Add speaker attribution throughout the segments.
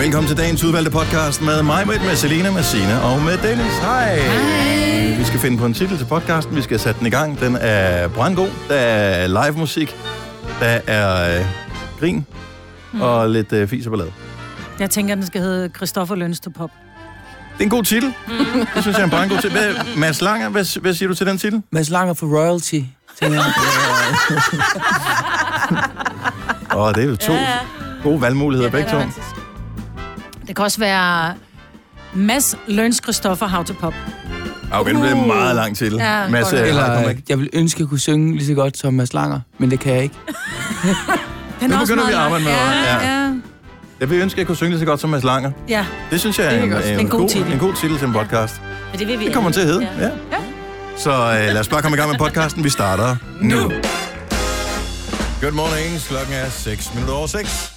Speaker 1: Velkommen til dagens udvalgte podcast med mig, med, med Selina, med Sina og med Dennis. Hej. Hej. Vi skal finde på en titel til podcasten. Vi skal sætte den i gang. Den er brandgod. Der er live musik. Der er øh, grin. Og lidt øh, fis og ballade.
Speaker 2: Jeg tænker, den skal hedde Christoffer Løns to Pop.
Speaker 1: Det er en god titel. Det synes jeg er en brandgod titel. Hvad, Mads Langer, hvad, hvad siger du til den titel?
Speaker 3: Mads Langer for royalty. tænker jeg.
Speaker 1: Åh, oh, det er jo to
Speaker 2: Ja,
Speaker 1: ja,
Speaker 2: ja.
Speaker 1: ja. gode valgmuligheder begge to.
Speaker 2: Det kan også være Mads Løns Christoffer How to Pop.
Speaker 1: Okay, nu bliver det en meget lang titel.
Speaker 2: Ja,
Speaker 1: Ja, Mads,
Speaker 2: godt.
Speaker 1: øh, har du
Speaker 3: Eller,
Speaker 1: nogen-
Speaker 3: øh, jeg vil ønske, at jeg kunne synge lige så godt som Mads Langer, men det kan jeg ikke.
Speaker 2: Den
Speaker 1: Nu begynder vi
Speaker 2: lang.
Speaker 1: at arbejde med
Speaker 2: ja,
Speaker 1: det,
Speaker 2: ja.
Speaker 1: jeg vil ønske, at jeg kunne synge lige så godt som Mads Langer.
Speaker 2: ja.
Speaker 1: Det synes jeg er,
Speaker 4: Det kan
Speaker 1: en,
Speaker 4: jeg godt
Speaker 1: en,
Speaker 2: En
Speaker 1: en,
Speaker 2: god
Speaker 1: god,
Speaker 2: titel.
Speaker 1: en god titel til en podcast.
Speaker 4: Men det vil vi
Speaker 1: Det kommer den til at hedde, ja. ja. Så øh, lad os bare komme i gang med podcasten. Vi starter nu. Good morning. Klokken er 6 minutter over 6.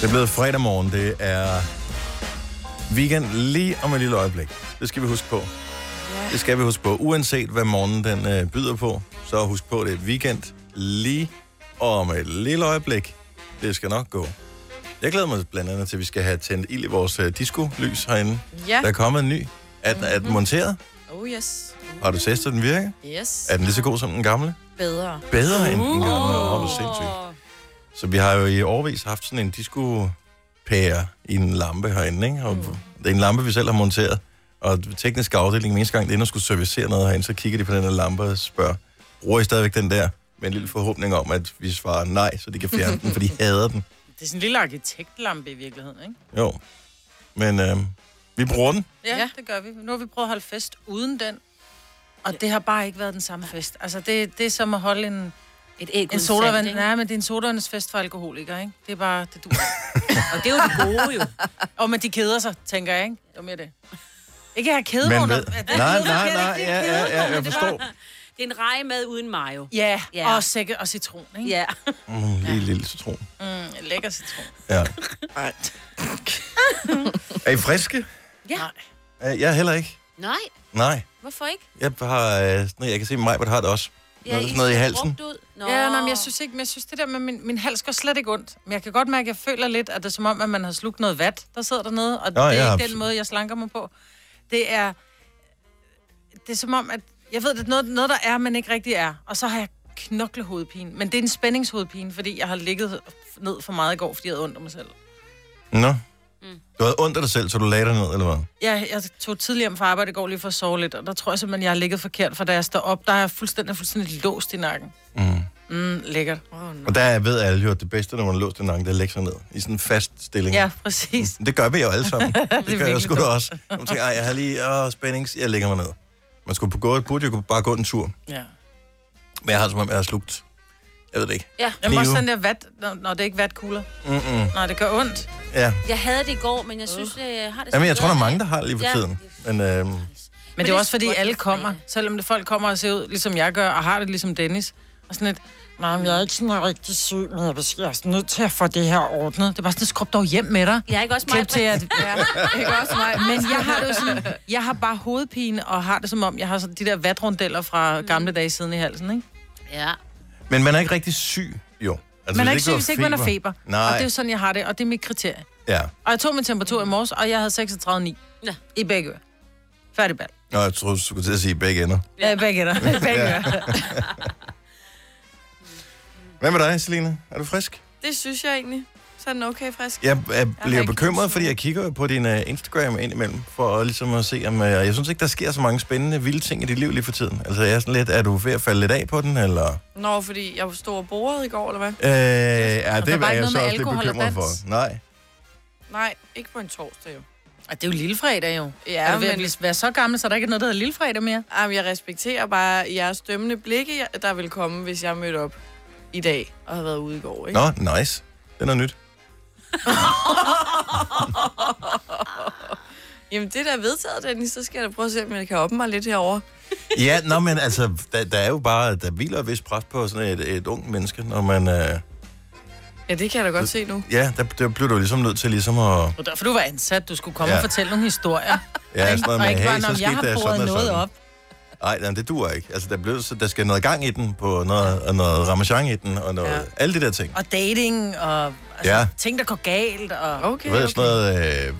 Speaker 1: Det er blevet fredag morgen. Det er weekend lige om et lille øjeblik. Det skal vi huske på. Det skal vi huske på. Uanset hvad morgenen den øh, byder på, så husk på, det er weekend lige om et lille øjeblik. Det skal nok gå. Jeg glæder mig blandt andet til, at vi skal have tændt ild i vores øh, disco-lys herinde.
Speaker 4: Ja.
Speaker 1: Der er kommet en ny. Er den, er den monteret?
Speaker 4: Oh yes.
Speaker 1: Har du testet, den virker?
Speaker 4: Yes.
Speaker 1: Er den lige så god som den gamle?
Speaker 4: Bedre.
Speaker 1: Bedre
Speaker 5: Uh.
Speaker 1: end den gamle. Åh, oh, sindssygt. Så vi har jo i årvis haft sådan en disco-pære i en lampe herinde, ikke? Og Det er en lampe, vi selv har monteret. Og teknisk afdeling, den eneste gang, det ender skulle servicere noget herinde, så kigger de på den her lampe og spørger, bruger I stadigvæk den der? Med en lille forhåbning om, at vi svarer nej, så de kan fjerne den, for de hader den.
Speaker 6: Det er sådan en lille arkitektlampe i virkeligheden, ikke?
Speaker 1: Jo. Men øh, vi bruger den.
Speaker 6: Ja,
Speaker 4: Ja.
Speaker 6: ja, det gør vi. Nu har vi prøvet at holde fest uden den, og det har bare ikke været den samme fest. Altså, det, det er som at holde en,
Speaker 4: Et æg
Speaker 6: en sodavand. Nej, men det er en sodavandsfest for alkoholikere, ikke? Det er bare, det du.
Speaker 4: Og det er jo det gode jo.
Speaker 6: og men de keder sig, tænker jeg, ikke? Det var mere det. Ikke at have kede
Speaker 1: Men
Speaker 6: under.
Speaker 1: ved...
Speaker 6: at-
Speaker 1: Nej, nej, nej, ja, ja, ja, jeg forstår.
Speaker 4: Det er en rejemad uden mayo.
Speaker 6: Ja,
Speaker 4: Ja.
Speaker 6: yeah. og sække og citron, ikke?
Speaker 4: Ja.
Speaker 1: Mm, lige en lille citron.
Speaker 6: Yeah. Mm, lækker citron.
Speaker 1: Ja. Er I friske?
Speaker 4: Ja.
Speaker 1: Øh, Jeg er heller ikke.
Speaker 4: Nej,
Speaker 1: Nej.
Speaker 4: hvorfor ikke?
Speaker 1: Jeg har... øh, nej, Jeg kan se, at Majbert har det også. Nå, det er sådan noget i
Speaker 4: ser
Speaker 1: halsen.
Speaker 4: brugt ud. Nå.
Speaker 6: Ja, nej, men jeg synes ikke, men jeg synes det der med min, min hals går slet ikke ondt. Men jeg kan godt mærke, at jeg føler lidt, at det er som om, at man har slugt noget vat, der sidder dernede. Og
Speaker 1: Nå,
Speaker 6: Nå, det er
Speaker 1: ja,
Speaker 6: ikke
Speaker 1: absolut.
Speaker 6: den måde, jeg slanker mig på. Det er, det er som om, at jeg ved, at det er noget, noget, der er, men ikke rigtig er. Og så har jeg knoklehovedpine. Men det er en spændingshovedpine, fordi jeg har ligget ned for meget i går, fordi jeg havde ondt af mig selv.
Speaker 1: Nå. Du havde ondt af dig selv, så du lagde dig ned, eller hvad?
Speaker 6: Jeg, jeg tog tidligere hjem fra arbejde i går lige for at sove lidt, og der tror jeg simpelthen, jeg har ligget forkert, for da jeg står op, der er jeg fuldstændig, fuldstændig låst i nakken.
Speaker 1: Mm.
Speaker 6: Mm, lækkert.
Speaker 1: Og der ved alle jo, at det bedste, når man låser den nakken, det er at lægge sig ned i sådan en fast stilling.
Speaker 6: Ja, præcis.
Speaker 1: Det gør vi jo alle sammen. det gør jeg
Speaker 6: virkelig
Speaker 1: sgu da også. Jeg tænker, ej, jeg har lige åh, spændings, jeg lægger mig ned. Man skulle på gå, burde jo bare gå en tur.
Speaker 6: Ja.
Speaker 1: Men jeg har som om, jeg har slugt. Jeg ved det ikke.
Speaker 4: Ja.
Speaker 6: Jamen
Speaker 1: Knive.
Speaker 6: også den der vat, når, når det er ikke vatkugler.
Speaker 1: Mm-mm.
Speaker 6: Nej, det gør ondt.
Speaker 1: Ja.
Speaker 4: Jeg havde det i går, men jeg synes, det har det...
Speaker 1: Jamen, jeg
Speaker 4: sgu
Speaker 1: tror, der er
Speaker 4: bedre.
Speaker 1: mange, der har lige for
Speaker 4: Ja.
Speaker 1: tiden. Men øhm,
Speaker 6: Men, det er
Speaker 4: det
Speaker 6: også
Speaker 4: er
Speaker 6: fordi,
Speaker 4: godt
Speaker 6: alle
Speaker 4: for
Speaker 6: kommer.
Speaker 4: fredag.
Speaker 6: Selvom det folk kommer og ser ud, ligesom jeg gør, og har det ligesom Dennis. Og sådan et, nej, men jeg er ikke sådan rigtig syg, men jeg er bes- jeg er sådan nødt til at få det her ordnet. Det er bare sådan, skrub dog hjem med dig.
Speaker 4: Jeg er ikke også
Speaker 6: Klip
Speaker 4: meget...
Speaker 6: til, at... Ja, ikke også mig. Men jeg har det jo sådan, jeg har bare hovedpine, og har det som om, jeg har sådan de der vatrundeller fra gamle dage siden i halsen, ikke?
Speaker 4: Mm. Ja.
Speaker 1: Men man er ikke rigtig syg, jo. Altså,
Speaker 6: Man er ikke syg, hvis ikke man har feber. Og det er
Speaker 1: Nej,
Speaker 6: jo sådan, jeg har det, og det er mit kriterie.
Speaker 1: ja.
Speaker 6: Og jeg tog min temperatur i morges, og jeg havde 36,9
Speaker 4: Ja.
Speaker 6: i begge ører. Færdig bal.
Speaker 1: Nå, jeg tror, du skulle til at sige begge ender.
Speaker 6: Ja, begge der. Begge der.
Speaker 1: Hvad med dig, Selina? Er du frisk?
Speaker 5: Det synes jeg egentlig. Så er den okay frisk.
Speaker 1: Jeg, jeg bliver
Speaker 5: ikke
Speaker 1: bekymret,
Speaker 5: tid.
Speaker 1: fordi jeg kigger jo på din uh, Instagram indimellem, for at, ligesom at se, om... Uh, jeg synes ikke, der sker så mange spændende, vilde ting i dit liv lige for tiden. Altså, jeg er sådan lidt... Er du ved at falde lidt af på den, eller...
Speaker 5: Nå, fordi jeg stod og borede i går, eller hvad?
Speaker 1: Øh, ja,
Speaker 6: Og
Speaker 1: det
Speaker 6: Altså, der
Speaker 1: er
Speaker 6: var ikke
Speaker 1: jeg
Speaker 6: noget
Speaker 1: så
Speaker 6: med
Speaker 1: også lidt
Speaker 6: alkohol og
Speaker 1: bekymret
Speaker 6: dans?
Speaker 1: for. Nej.
Speaker 5: Nej, ikke på en torsdag jo.
Speaker 6: Og det er jo lillefredag jo. Ja, er
Speaker 5: Ja,
Speaker 6: du ved at
Speaker 5: men-
Speaker 6: blive- være så gammel, så der ikke er noget, der hedder lillefredag mere?
Speaker 5: Jamen, jeg respekterer bare jeres dømmende blikke, jeg- der vil komme, hvis jeg mødte op i dag og havde været ude i går, ikke?
Speaker 1: Nå, nice. Det er noget nyt.
Speaker 5: Jamen, det der er vedtaget, Dennis, så skal jeg da prøve at se, om jeg kan åbne mig lidt herover.
Speaker 1: Ja, nå, men altså, der, der er jo bare... Der hviler et vist pres på sådan et, et ung menneske, når man... Øh,
Speaker 5: Ja, det kan jeg da godt se nu.
Speaker 1: ja, der, der bliver du jo ligesom nødt til ligesom at...
Speaker 6: Det var derfor, du var ansat. Du skulle komme
Speaker 1: Ja.
Speaker 6: ja. og fortælle nogle historier.
Speaker 1: Ja, sådan noget
Speaker 6: og
Speaker 1: med,
Speaker 6: ikke
Speaker 1: hey,
Speaker 6: bare,
Speaker 1: så
Speaker 6: når
Speaker 1: skete
Speaker 6: jeg har
Speaker 1: der
Speaker 6: boret
Speaker 1: sådan og
Speaker 6: noget
Speaker 1: sådan.
Speaker 6: op.
Speaker 1: Nej, nej, det duer ikke. Altså, der, blev, så der skal noget gang i den, på noget, og noget ramachan i den, og noget, ja.
Speaker 6: Ja.
Speaker 1: alle de der ting.
Speaker 6: Og dating, og altså,
Speaker 1: Ja.
Speaker 6: ja. ting, der går galt, og...
Speaker 1: Du
Speaker 5: Okay,
Speaker 1: ved,
Speaker 5: okay.
Speaker 1: sådan noget, øh, sådan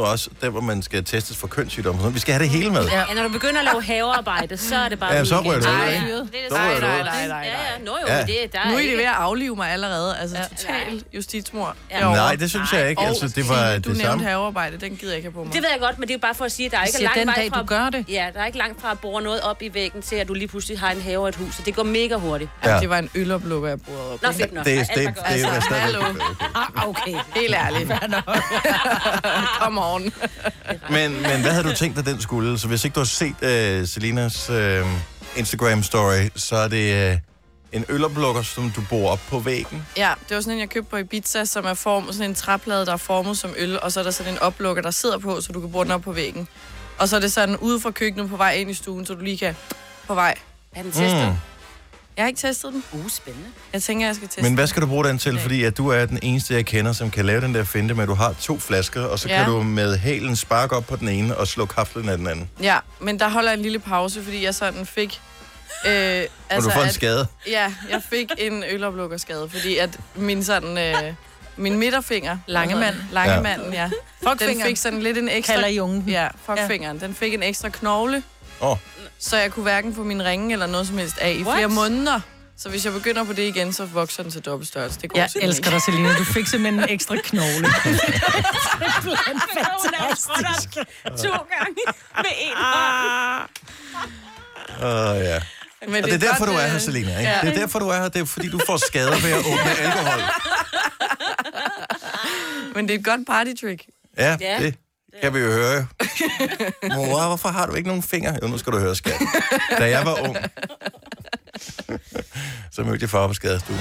Speaker 1: noget også, der hvor man skal testes for kønssygdomme. og sådan noget. Vi skal have det hele med.
Speaker 4: Ja, når du begynder at lave havearbejde, så er det bare...
Speaker 1: Ja, så rører det ud,
Speaker 4: Nej,
Speaker 1: ikke? Så rører
Speaker 4: nej,
Speaker 1: det
Speaker 4: nej,
Speaker 1: ud.
Speaker 4: nej, nej. Ja, ja, nå jo,
Speaker 1: Ja.
Speaker 4: men det, der er
Speaker 5: Nu er
Speaker 4: ikke-
Speaker 5: det ved at aflive mig allerede. Altså, ja.
Speaker 4: Nej.
Speaker 5: totalt justitsmor.
Speaker 4: Ja.
Speaker 5: derovre.
Speaker 1: Nej, det synes jeg ikke.
Speaker 5: Og
Speaker 1: Altså, det var
Speaker 5: Signe, du
Speaker 1: det
Speaker 5: nævnte
Speaker 1: samme.
Speaker 5: havearbejde, den gider jeg ikke have på mig.
Speaker 4: Det ved jeg godt, men det er jo bare for at sige, at der er ikke
Speaker 6: Siger
Speaker 4: lang
Speaker 6: den
Speaker 4: vej
Speaker 6: dag,
Speaker 4: fra...
Speaker 6: du gør det.
Speaker 4: Ja, der er ikke langt fra at bore noget op i væggen til, at du lige pludselig har en have og et hus. Så det går mega hurtigt.
Speaker 1: Ja.
Speaker 5: ja. det var en øloplukker, jeg brugte op.
Speaker 4: Nå, fedt nok.
Speaker 1: Det,
Speaker 4: Alt
Speaker 1: det,
Speaker 4: var
Speaker 1: det,
Speaker 4: godt.
Speaker 1: det er
Speaker 5: Altså,
Speaker 1: stadig...
Speaker 5: hallo.
Speaker 6: Ah, okay.
Speaker 5: Helt ærligt. Come on.
Speaker 1: Men, men hvad havde du tænkt dig, den skulle? Så hvis ikke du har set øh, Selinas øh, Instagram-story, så er det øh, en øloplukker, som du bor op på væggen.
Speaker 5: Ja, det var sådan en, jeg købte på Ibiza, som er form, sådan en træplade, der er formet som øl, og så er der sådan en oplukker, der sidder på, så du kan bruge den op på væggen. Og så er det sådan ude fra køkkenet på vej ind i stuen, så du lige kan på vej.
Speaker 4: Er den testet?
Speaker 1: Mm.
Speaker 5: Jeg har ikke testet den.
Speaker 4: Uh, spændende.
Speaker 5: Jeg tænker, jeg skal teste
Speaker 1: Men hvad skal du bruge den til? Fordi at du er den eneste, jeg kender, som kan lave den der finte med, at du har to flasker, og så ja.
Speaker 5: Ja.
Speaker 1: kan du med halen sparke op på den ene og slå kaflen af den anden.
Speaker 5: den. Ja, men der holder jeg en lille pause, fordi jeg sådan fik... Øh, altså,
Speaker 1: Altså, og du får en
Speaker 5: at-
Speaker 1: skade.
Speaker 5: Ja, jeg fik en øloplukkerskade, fordi at min sådan... Øh, min midterfinger.
Speaker 6: Langemand.
Speaker 5: Langemanden, ja. Den fik sådan lidt en ekstra...
Speaker 6: Kalder I ungen.
Speaker 5: Ja, fuckfingeren. Den fik en ekstra knogle,
Speaker 1: Åh, oh,
Speaker 5: så jeg kunne hverken få min ringe eller noget som helst af i
Speaker 4: What?
Speaker 5: flere måneder. Så hvis jeg begynder på det igen, så vokser den til dobbelt størrelse. Det går
Speaker 6: Jeg
Speaker 5: simpelthen
Speaker 6: elsker
Speaker 5: ikke.
Speaker 6: dig, Selina. Du fik simpelthen en ekstra knogle.
Speaker 4: Hun er fantastisk. to gange med en hånd.
Speaker 6: Ah.
Speaker 1: uh, ja.
Speaker 5: Men
Speaker 1: Og det er derfor,
Speaker 5: godt,
Speaker 1: du er her,
Speaker 5: øh,
Speaker 1: Selina. Ikke?
Speaker 5: ja.
Speaker 1: Det er derfor, du er her. Det er fordi, du får skader ved at åbne alkohol.
Speaker 5: Men det er et godt partytrick.
Speaker 1: Ja,
Speaker 4: Ja.
Speaker 1: det kan vi jo høre. Mor, hvorfor har du ikke nogen fingre? Jo, nu skal du høre, skat. Da jeg var ung, så mødte jeg far på skadestuen.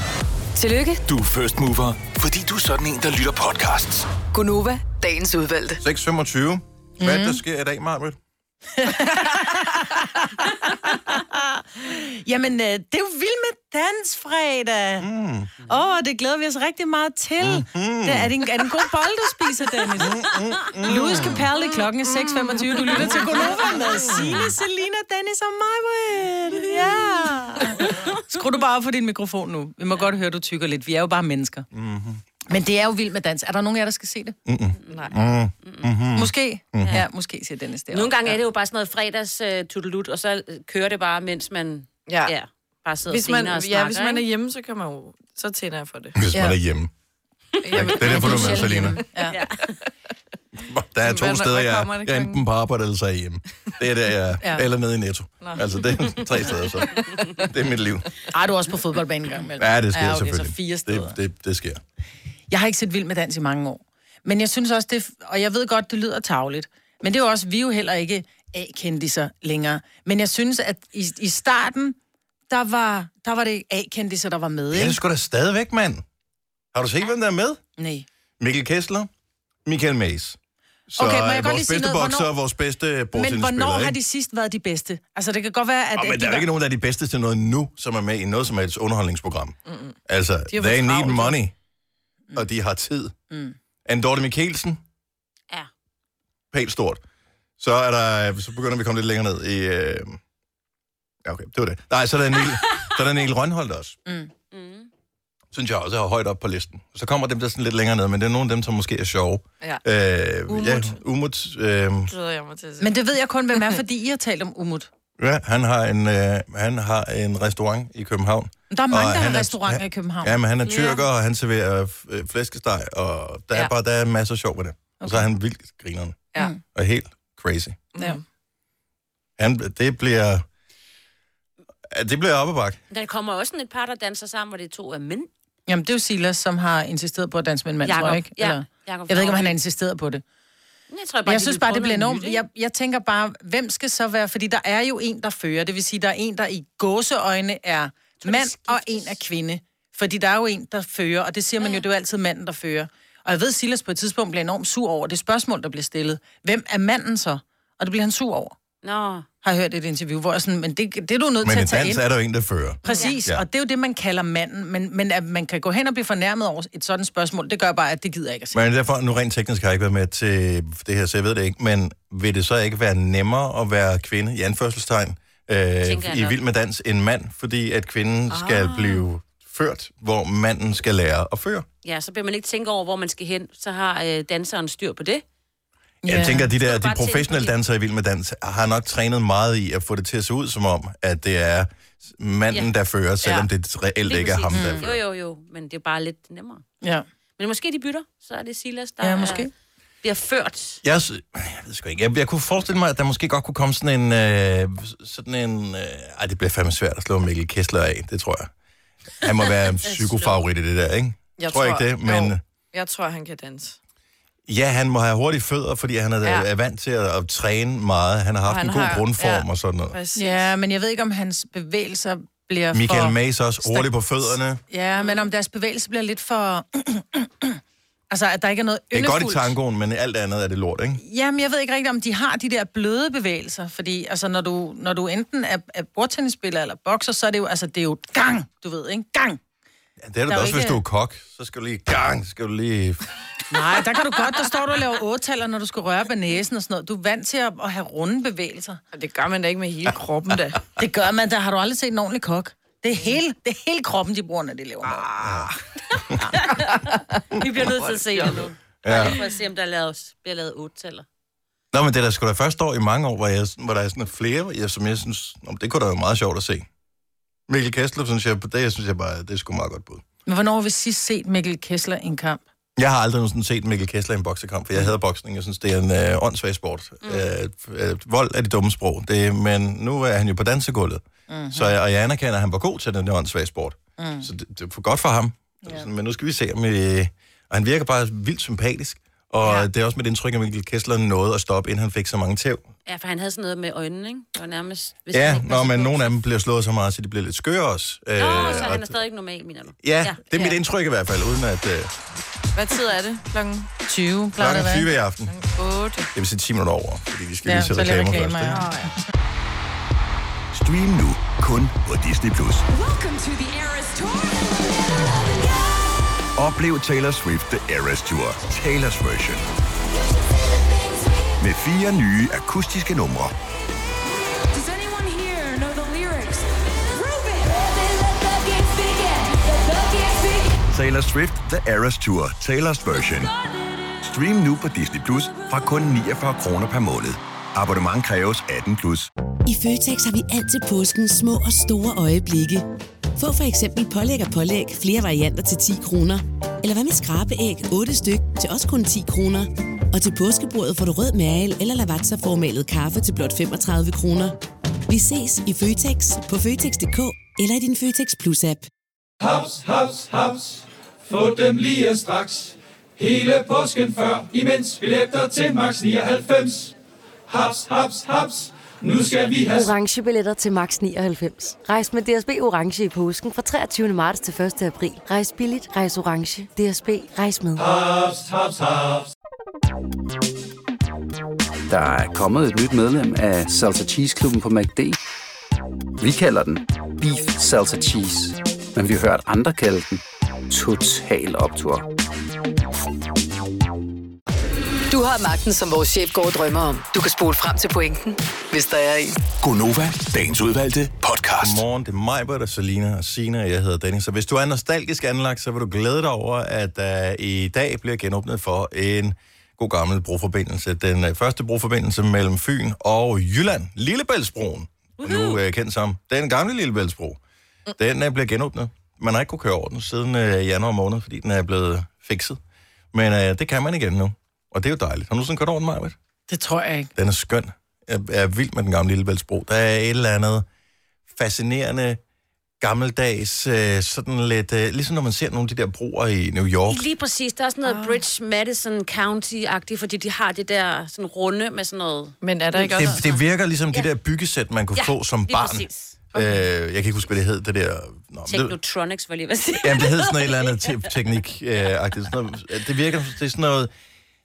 Speaker 7: Tillykke,
Speaker 8: Du er first mover, fordi du er sådan en, der lytter podcasts.
Speaker 7: Gunova, dagens udvalgte.
Speaker 1: 6.25. Hvad er det, der sker i dag, Marvitt?
Speaker 6: Jamen, øh, det er jo vild med dansfredag. Åh, mm. oh, det glæder vi os rigtig meget til. Mm-hmm. Det, er, det en, er det en god bold, du spiser, Dennis? Mm, mm, Louis Capaldi, klokken er 6.25. Du lytter til Gunova med Signe, Selina, Dennis og mig. Ja. Skru du bare op for din mikrofon nu. Vi må godt høre, du tykker lidt. Vi er jo bare mennesker. Mm-hmm. Men det er jo vild med dans. Er der nogen af jer, der skal se det? Mm-mm.
Speaker 1: Mm.
Speaker 6: Nej. Mm-hmm. Måske. Mm-hmm. Ja, måske, siger Dennis derovre.
Speaker 4: Nogle gange er det jo bare sådan noget fredags uh, tutelut, og så øh, kører det bare, mens man
Speaker 5: Ja.
Speaker 4: ja, bare sidder
Speaker 5: Hvis
Speaker 4: og
Speaker 5: man,
Speaker 4: griner og snakker.
Speaker 5: ja, hvis man er
Speaker 4: ikke?
Speaker 5: hjemme, så kan man jo... Så tænder jeg for det.
Speaker 1: Hvis man
Speaker 6: Ja.
Speaker 1: er hjemme. Det er derfor, du er med, Selina.
Speaker 4: Ja.
Speaker 1: Der er to
Speaker 5: Hvad-
Speaker 1: steder,
Speaker 5: hvad
Speaker 1: jeg,
Speaker 5: kommer det
Speaker 1: jeg er
Speaker 5: klokken?
Speaker 1: enten på arbejde eller så er jeg hjemme. Det er der, jeg er.
Speaker 6: Ja.
Speaker 1: Eller nede i Netto. Altså, det er tre steder, så. Det er mit liv.
Speaker 6: Ej, du er også på fodboldbanen en gang imellem.
Speaker 1: Ja, det sker
Speaker 6: ja, okay,
Speaker 1: selvfølgelig.
Speaker 6: Så fire steder.
Speaker 1: det, det, det sker.
Speaker 6: Jeg har ikke set Vild med Dans i mange år. Men jeg synes også, det, og jeg ved godt, det lyder tavligt, men det er jo også, vi er jo heller ikke A-kendiser længere. Men jeg synes, at i, i starten, der var, der var det A-kendiser, der var med,
Speaker 1: Ja, det er
Speaker 6: ikke?
Speaker 1: sgu da stadigvæk, mand. Har du set, hvem der er med?
Speaker 6: Nej.
Speaker 1: Mikkel Kessler, Michael Mays. Så
Speaker 6: Okay, må jeg
Speaker 1: øh,
Speaker 6: godt
Speaker 1: vores
Speaker 6: lige sige
Speaker 1: bedste
Speaker 6: noget?
Speaker 1: bokser
Speaker 6: Hvornår-
Speaker 1: og vores bedste
Speaker 6: Men hvornår
Speaker 1: bordtennisspiller,
Speaker 6: har
Speaker 1: ikke?
Speaker 6: de sidst været de bedste? Altså, det kan godt være, at...
Speaker 1: Og,
Speaker 6: at de
Speaker 1: men der er jo
Speaker 6: var-
Speaker 1: ikke nogen, der er de bedste til noget nu, som er med i noget som helst underholdningsprogram.
Speaker 6: Mm,
Speaker 1: Mm-mm. Altså,
Speaker 5: jo
Speaker 1: they
Speaker 5: for
Speaker 1: need
Speaker 5: travlt, jo.
Speaker 1: money, mm. og de har tid. Mm. Andorte Mikkelsen,
Speaker 4: ja.
Speaker 1: pænt stort. Så, er der, så begynder vi at komme lidt længere ned i... Øh... Ja, okay, det var det. Nej, så er der Niel, så er der Niel Rønholdt også. Mm. Mm. Synes jeg også er højt op på listen. Så kommer dem der sådan lidt længere ned, men det er nogle af dem, som måske er sjove.
Speaker 5: Ja.
Speaker 1: Øh, Ja,
Speaker 5: Umut.
Speaker 1: Umut øh,
Speaker 5: Så glæder jeg mig til at se.
Speaker 6: Men det ved jeg kun, hvem er, fordi I har talt om Umut.
Speaker 1: ja, han, har en, øh, han har en restaurant i København.
Speaker 6: Men Der er mange,
Speaker 1: Og
Speaker 6: der
Speaker 1: han
Speaker 6: har
Speaker 1: er-
Speaker 6: restauranter
Speaker 1: ja.
Speaker 6: i København.
Speaker 1: Ja, men han er tyrker, og han serverer øh, flæskesteg, og der er
Speaker 5: Ja.
Speaker 1: bare der er masser af sjov ved det. Og så er han vildt grineren.
Speaker 5: Ja.
Speaker 6: Mm.
Speaker 1: Og helt crazy.
Speaker 6: Ja.
Speaker 1: Han, det bliver... Ja, Det bliver op ad bakke.
Speaker 4: Der kommer også sådan et par, der danser sammen, hvor det er to af mænd.
Speaker 6: Jamen, det er jo Silas, som har insisteret på at danse med en mand, tror jeg, ikke?
Speaker 4: Ja, Jacob
Speaker 6: Jeg ved ikke, om han har insisteret på det.
Speaker 4: Jeg, tror
Speaker 6: Men
Speaker 4: bare,
Speaker 6: jeg
Speaker 4: de
Speaker 6: synes
Speaker 4: vil
Speaker 6: bare,
Speaker 4: prøve
Speaker 6: det bliver
Speaker 4: noget
Speaker 6: enormt.
Speaker 4: nyt, ikke?
Speaker 6: Jeg, jeg tænker bare, hvem skal så være? Fordi der er jo en, der fører. Det vil sige, der er en, der i gåseøjne er mand, og en er kvinde. Fordi der er jo en, der fører, og det siger man jo, det er jo altid manden, der fører. Og jeg ved, Silas på et tidspunkt bliver enormt sur over det spørgsmål, der bliver stillet. Hvem er manden så? Og det bliver han sur over,
Speaker 4: Nå.
Speaker 6: har jeg hørt i et interview, hvor jeg sådan, men det, det er du nødt
Speaker 1: Men
Speaker 6: til
Speaker 1: i
Speaker 6: at tage
Speaker 1: dans
Speaker 6: ind.
Speaker 1: er der jo en, der fører.
Speaker 6: Præcis,
Speaker 1: Ja.
Speaker 6: ja. og det er jo det, man kalder manden. Men, men at man kan gå hen og blive fornærmet over et sådan spørgsmål, det gør bare, at det gider jeg ikke at sige.
Speaker 1: Men derfor, nu rent teknisk har jeg ikke været med til det her, så jeg ved det ikke. Men vil det så ikke være nemmere at være kvinde, i anførselstegn, øh,
Speaker 4: jeg
Speaker 1: i
Speaker 4: nok.
Speaker 1: Vild med Dans en mand, fordi at kvinden skal blive ført, hvor manden skal lære at føre.
Speaker 4: Ja, så bliver man ikke tænke over, hvor man skal hen. Så har øh, danseren styr på det.
Speaker 1: Jeg tænker, at de der
Speaker 4: bare
Speaker 1: de
Speaker 4: tænke på
Speaker 1: professionelle
Speaker 4: det.
Speaker 1: dansere i Vild med Dans har nok trænet meget i at få det til at se ud som om, at det er manden,
Speaker 4: Ja.
Speaker 1: der fører, selvom
Speaker 5: Ja.
Speaker 1: det reelt ikke er ham,
Speaker 4: præcis. Mm.
Speaker 1: der
Speaker 4: Jo,
Speaker 1: fører.
Speaker 4: jo, jo. Men det er bare lidt nemmere.
Speaker 5: Ja.
Speaker 4: Men måske de bytter. Så er det Silas, der
Speaker 5: Ja, måske.
Speaker 4: Er, bliver ført.
Speaker 1: Jeg, sy- jeg ved sgu ikke. Jeg, jeg kunne forestille mig, at der måske godt kunne komme sådan en... Øh, sådan en øh, ej, det bliver fandme svært at slå Mikkel Kessler af. Det tror jeg. Han må være en psykofavorit i det der, ikke?
Speaker 5: Jeg
Speaker 1: tror, ikke det, men...
Speaker 5: Jo, jeg tror, han kan danse.
Speaker 1: Ja, han må have hurtige fødder, fordi han er,
Speaker 5: Ja.
Speaker 1: er vant til at, at træne meget. Han har haft
Speaker 5: han
Speaker 1: en god
Speaker 5: har-
Speaker 1: grundform
Speaker 5: ja.
Speaker 1: og sådan noget.
Speaker 5: Præcis.
Speaker 6: Ja, men jeg ved ikke, om hans bevægelser bliver for...
Speaker 1: Michael Mays også hurtig på fødderne.
Speaker 6: Ja, men om deres bevægelse bliver lidt for... altså, at der ikke er noget
Speaker 1: Det er godt i
Speaker 6: yndefuldt.
Speaker 1: tangoen, men alt andet er det lort, ikke?
Speaker 6: Jamen, jeg ved ikke rigtigt, om de har de der bløde bevægelser, fordi altså, når, du, når du enten er, er bordtennisspiller eller bokser, så er det jo, altså, det er jo gang, du ved, ikke? Gang!
Speaker 1: Ja, det er det
Speaker 6: Der er
Speaker 1: da
Speaker 6: jo
Speaker 1: også, hvis
Speaker 6: ikke-
Speaker 1: du er kok. Så skal du lige gang, så skal du lige...
Speaker 6: Nej, der kan du godt, der står du og laver åtaler, når du skal røre på næsen og sådan noget. Du er vant til at, at have runde bevægelser.
Speaker 5: Og det gør man da ikke med hele kroppen, da.
Speaker 6: Det gør man, der har du aldrig set en ordentlig kok. Det er hele, det er hele kroppen, de bruger, når de laver mad.
Speaker 4: Vi bliver nødt til at se det nu.
Speaker 1: Ja.
Speaker 4: For at se, om der er lavet, bliver lavet otte taler.
Speaker 1: Nå, men det er da sgu da første år i mange år, hvor, jeg, hvor der er sådan flere, jeg, som jeg synes, nå, men det kunne da være meget sjovt at se. Mikkel Kessler, synes jeg, det synes jeg bare, det er sgu meget godt bud.
Speaker 6: Men hvornår har vi sidst set Mikkel Kessler i en kamp?
Speaker 1: Jeg har aldrig nogensinde set Mikkel Kessler i en boksekamp, for jeg hader boksning. Jeg synes, det er en øh, åndssvag sport. Mm. Øh, øh, vold er det dumme sprog. Det, men nu er han jo på dansegulvet. Mm-hmm. Så, jeg- og jeg anerkender, at han var god til den der åndssvage sport. Mm. Så det, det er for godt for ham. Yeah. Men nu skal vi se, om... Øh, og han virker bare vildt sympatisk. Og ja. det er også mit indtryk, at Mikkel Kessler nåede at stoppe, inden han fik så mange tæv.
Speaker 4: Ja, for han havde sådan noget med øjnene, ikke? Det var nærmest... Hvis han
Speaker 1: Ja,
Speaker 4: ikke
Speaker 1: nå,
Speaker 4: passede
Speaker 1: men
Speaker 4: på.
Speaker 1: nogle af dem bliver slået så meget, så de bliver lidt skøre også.
Speaker 4: Nå,
Speaker 1: Øh,
Speaker 4: så
Speaker 1: og-
Speaker 4: han er stadig ikke normal, mener du?
Speaker 1: Ja, det er mit indtryk i hvert fald, uden at øh,
Speaker 5: Hvad tid er det? Klokken
Speaker 6: 20, plejer det
Speaker 1: klokken
Speaker 6: at
Speaker 1: 20
Speaker 6: være.
Speaker 1: i aften.
Speaker 5: 8.
Speaker 1: Det vil sige 10 minutter over, fordi vi skal
Speaker 6: Ja,
Speaker 1: lige se
Speaker 6: så lidt
Speaker 1: reklamer
Speaker 6: reklamer,
Speaker 1: først. ikke?
Speaker 6: ja.
Speaker 9: Stream nu kun på Disney+. Plus. Oplev Taylor Swift The Eras Tour, Taylor's version. Med fire nye akustiske numre. Taylor Swift The Eras Tour, Taylor's version. Stream nu på Disney Plus fra kun 49 kroner per måned. Abonnement kræves 18 plus.
Speaker 10: I Føtex har vi alt til påsken små og store øjeblikke. Få for eksempel pålæg og pålæg flere varianter til 10 kroner. Eller hvad med skrabeæg 8 styk til også kun 10 kroner. Og til påskebordet får du rød mal eller lavatserformalet kaffe til blot 35 kroner. Vi ses i Føtex på Føtex.dk eller i din Føtex Plus-app.
Speaker 11: Haps, haps, haps. Få dem lige straks. Hele påsken før, imens billetter til max 99. Haps, haps, haps. Nu skal vi have
Speaker 12: Orange billetter til max 99. Rejs med DSB Orange i påsken fra 23. marts til 1. april. Rejs billigt, rejs orange. DSB, rejs med.
Speaker 11: haps, haps, haps.
Speaker 13: Der er kommet et nyt medlem af Salsa Cheese Klubben på MACD. Vi kalder den Beef Salsa Cheese, men vi har hørt andre kalde den Total Optor.
Speaker 7: Du har magten, som vores chef går og drømmer om. Du kan spole frem til pointen, hvis der er en.
Speaker 8: Gonova, dagens udvalgte podcast.
Speaker 1: Godmorgen, det er mig, Britt og Selina og Sina, og jeg hedder Dennis. Så hvis du er nostalgisk anlagt, så vil du glæde dig over, at der i dag bliver genåbnet for en god gammel broforbindelse. Den øh, første broforbindelse mellem Fyn og Jylland, Lillebæltsbroen, nu
Speaker 6: Uhuh.
Speaker 1: øh, kendt som den gamle Lillebæltsbro. Den øh, bliver genåbnet. Man har ikke kunne køre over den siden øh, januar måned, fordi den er blevet fikset. Men øh, det kan man igen nu, og det er jo dejligt. Har du sådan kørt over den, Maja?
Speaker 6: Det tror jeg ikke.
Speaker 1: Den er skøn. Jeg er vild med den gamle Lillebæltsbro. Der er et eller andet fascinerende, gammeldags, øh, sådan lidt... Øh, ligesom når man ser nogle af de der broer i New York.
Speaker 4: Lige præcis. Der er sådan noget
Speaker 5: Ah.
Speaker 4: Bridge Madison County-agtigt, fordi de har det der sådan runde med sådan noget...
Speaker 5: Men er der ikke
Speaker 1: Det,
Speaker 5: også...
Speaker 1: det virker ligesom de der byggesæt, man kunne
Speaker 4: Ja,
Speaker 1: få som
Speaker 4: lige
Speaker 1: barn.
Speaker 4: præcis.
Speaker 1: Øh, jeg kan ikke huske, hvad det hed, det der... Nå, men det,
Speaker 4: Technotronics, var jeg lige ved at sige.
Speaker 1: jamen, det hed sådan noget et eller andet te- teknik øh, agtigt, sådan noget, Det virker... Det er sådan noget...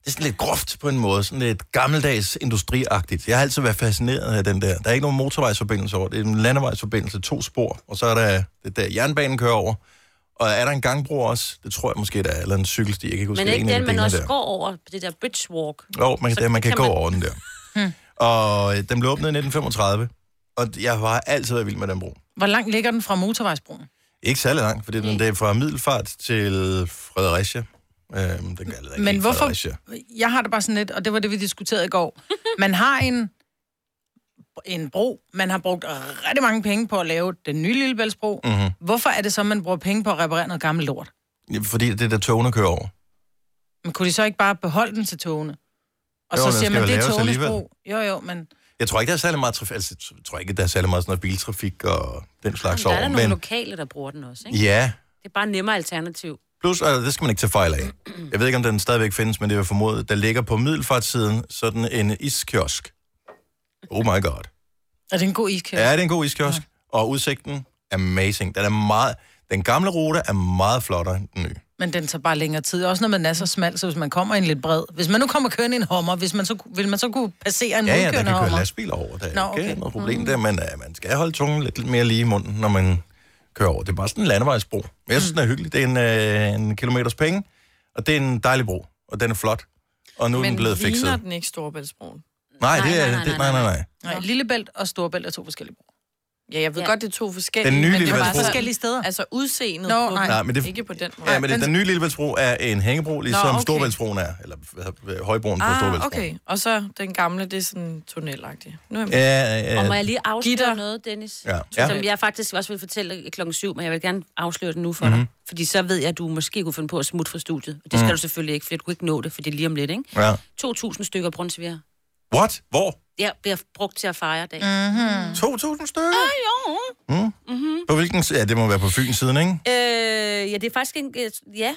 Speaker 1: Det er sådan lidt groft på en måde, sådan lidt gammeldags industriagtigt. Jeg har altid været fascineret af den der. Der er ikke nogen motorvejsforbindelse over, det er en landevejsforbindelse, to spor, og så er der det der jernbanen kører over. Og er der en gangbro også? Det tror jeg måske, der er, eller en cykelsti, jeg kan ikke huske.
Speaker 4: Men
Speaker 1: det er en
Speaker 4: ikke
Speaker 1: af
Speaker 4: den,
Speaker 1: delene
Speaker 4: man også
Speaker 1: der.
Speaker 4: går over på det der Bridge Walk.
Speaker 1: Jo, man,
Speaker 4: Så
Speaker 1: kan, man kan,
Speaker 4: kan
Speaker 1: gå
Speaker 6: Hmm.
Speaker 4: man-
Speaker 1: over den der. Og øh, den blev åbnet i 1935. og jeg har altid været vild med den bro.
Speaker 6: Hvor langt ligger den fra motorvejsbroen?
Speaker 1: Ikke særlig langt, fordi
Speaker 6: Mm.
Speaker 1: den det er fra Middelfart til Fredericia. Øhm, den gør lidt
Speaker 6: Men hvorfor...
Speaker 1: Fredericia.
Speaker 6: Jeg har det bare sådan lidt, og det var det, vi diskuterede i går. Man har en, en bro, man har brugt rigtig mange penge på at lave den nye Lillebæltsbro. Mm.
Speaker 1: Mm-hmm.
Speaker 6: Hvorfor er det så, man bruger penge på at reparere noget gammelt lort?
Speaker 1: Ja, Fordi det er der togene kører over.
Speaker 6: Men kunne de så ikke bare beholde den til togene? Og
Speaker 1: Jo, den
Speaker 6: så siger
Speaker 1: skal
Speaker 6: man,
Speaker 1: vel
Speaker 6: det er
Speaker 1: laves
Speaker 6: togenes
Speaker 1: alligevel.
Speaker 6: bro. Jo, jo, men...
Speaker 1: Jeg tror ikke, der er særlig meget trafik. Altså, jeg tror ikke, der er særlig meget sådan noget biltrafik og den slags
Speaker 4: Der er der
Speaker 1: over.
Speaker 4: nogle men... lokale, der bruger den også, ikke?
Speaker 1: ja,
Speaker 4: Det er bare nemmere alternativ.
Speaker 1: Plus, altså, det skal man ikke tage fejl af. Jeg ved ikke, om den stadigvæk findes, men det er jo formodet. Der ligger på middelfartssiden sådan en iskiosk. Oh my god.
Speaker 6: Er det en god iskiosk?
Speaker 1: Ja, det er en god iskiosk. Ja. Og udsigten, amazing. Den er meget... Den gamle rute er meget flottere end den nye.
Speaker 6: Men den tager bare længere tid. Også når man er så smal, så hvis man kommer i en lidt bred... Hvis man nu kommer kørende i en hommer, hvis man så, vil man så kunne passere en
Speaker 1: Ja, ja, der
Speaker 6: modkørende
Speaker 1: kan køre
Speaker 6: Hummer?
Speaker 1: lastbiler over. Der er
Speaker 6: Nå,
Speaker 1: Nå, okay. ikke
Speaker 6: okay.
Speaker 1: noget problem der, men uh, man skal holde tungen lidt mere lige i munden, når man kører over. Det er bare sådan en landevejsbro. Men jeg synes, den er hyggelig. Det er en, øh, en kilometers penge, og det er en dejlig bro. Og den er flot. Og nu er den blevet
Speaker 5: Men
Speaker 1: fikset.
Speaker 5: ligner den ikke Storebæltsbroen?
Speaker 1: Nej, det er... det- Nej, nej, nej.
Speaker 6: Nej, Lillebælt og Storbælt er to forskellige broer.
Speaker 5: Ja, jeg ved ja. godt, det er to forskellige.
Speaker 1: Den nye
Speaker 5: men det
Speaker 1: Lillebæltsbro.
Speaker 5: bare sådan-
Speaker 1: Forskellige
Speaker 6: steder.
Speaker 5: Altså udseendet
Speaker 6: Nå,
Speaker 5: på
Speaker 6: nej.
Speaker 5: den.
Speaker 1: Nej, men det-
Speaker 5: Ikke på den måde.
Speaker 1: Ja, men det, den nye Lillebæltsbro er en hængebro, ligesom
Speaker 5: Nå,
Speaker 1: Nå,
Speaker 5: okay.
Speaker 1: okay. Storbæltsbroen er, eller hvad hedder- Højbroen på
Speaker 5: Ah,
Speaker 1: Storbæltsbroen.
Speaker 5: okay. Og så den gamle, det er sådan tunnelagtig. Nu er jeg med.
Speaker 1: Ja, ja, ja.
Speaker 4: Og må jeg lige afsløre Gitter. noget, Dennis?
Speaker 1: Ja. Ja.
Speaker 4: Som jeg faktisk også vil fortælle klokken syv, men jeg vil gerne afsløre det nu for mm-hmm. dig. Fordi så ved jeg, at du måske kunne finde på at smutte fra studiet. Og det skal
Speaker 1: Mhm.
Speaker 4: mm. du selvfølgelig ikke, for du kan ikke nå det, for det er lige om lidt, ikke?
Speaker 1: Ja.
Speaker 4: 2.000 stykker brunsviger.
Speaker 1: What? Hvor?
Speaker 4: Ja, bliver brugt til at fejre dag.
Speaker 6: Mm-hmm.
Speaker 1: 2.000 stykker?
Speaker 4: Ah, jo.
Speaker 1: Mm.
Speaker 4: Mm-hmm.
Speaker 1: På hvilken side? Ja, det må være på Fyns siden, ikke?
Speaker 4: Øh, ja, det er faktisk en... øh, Ja,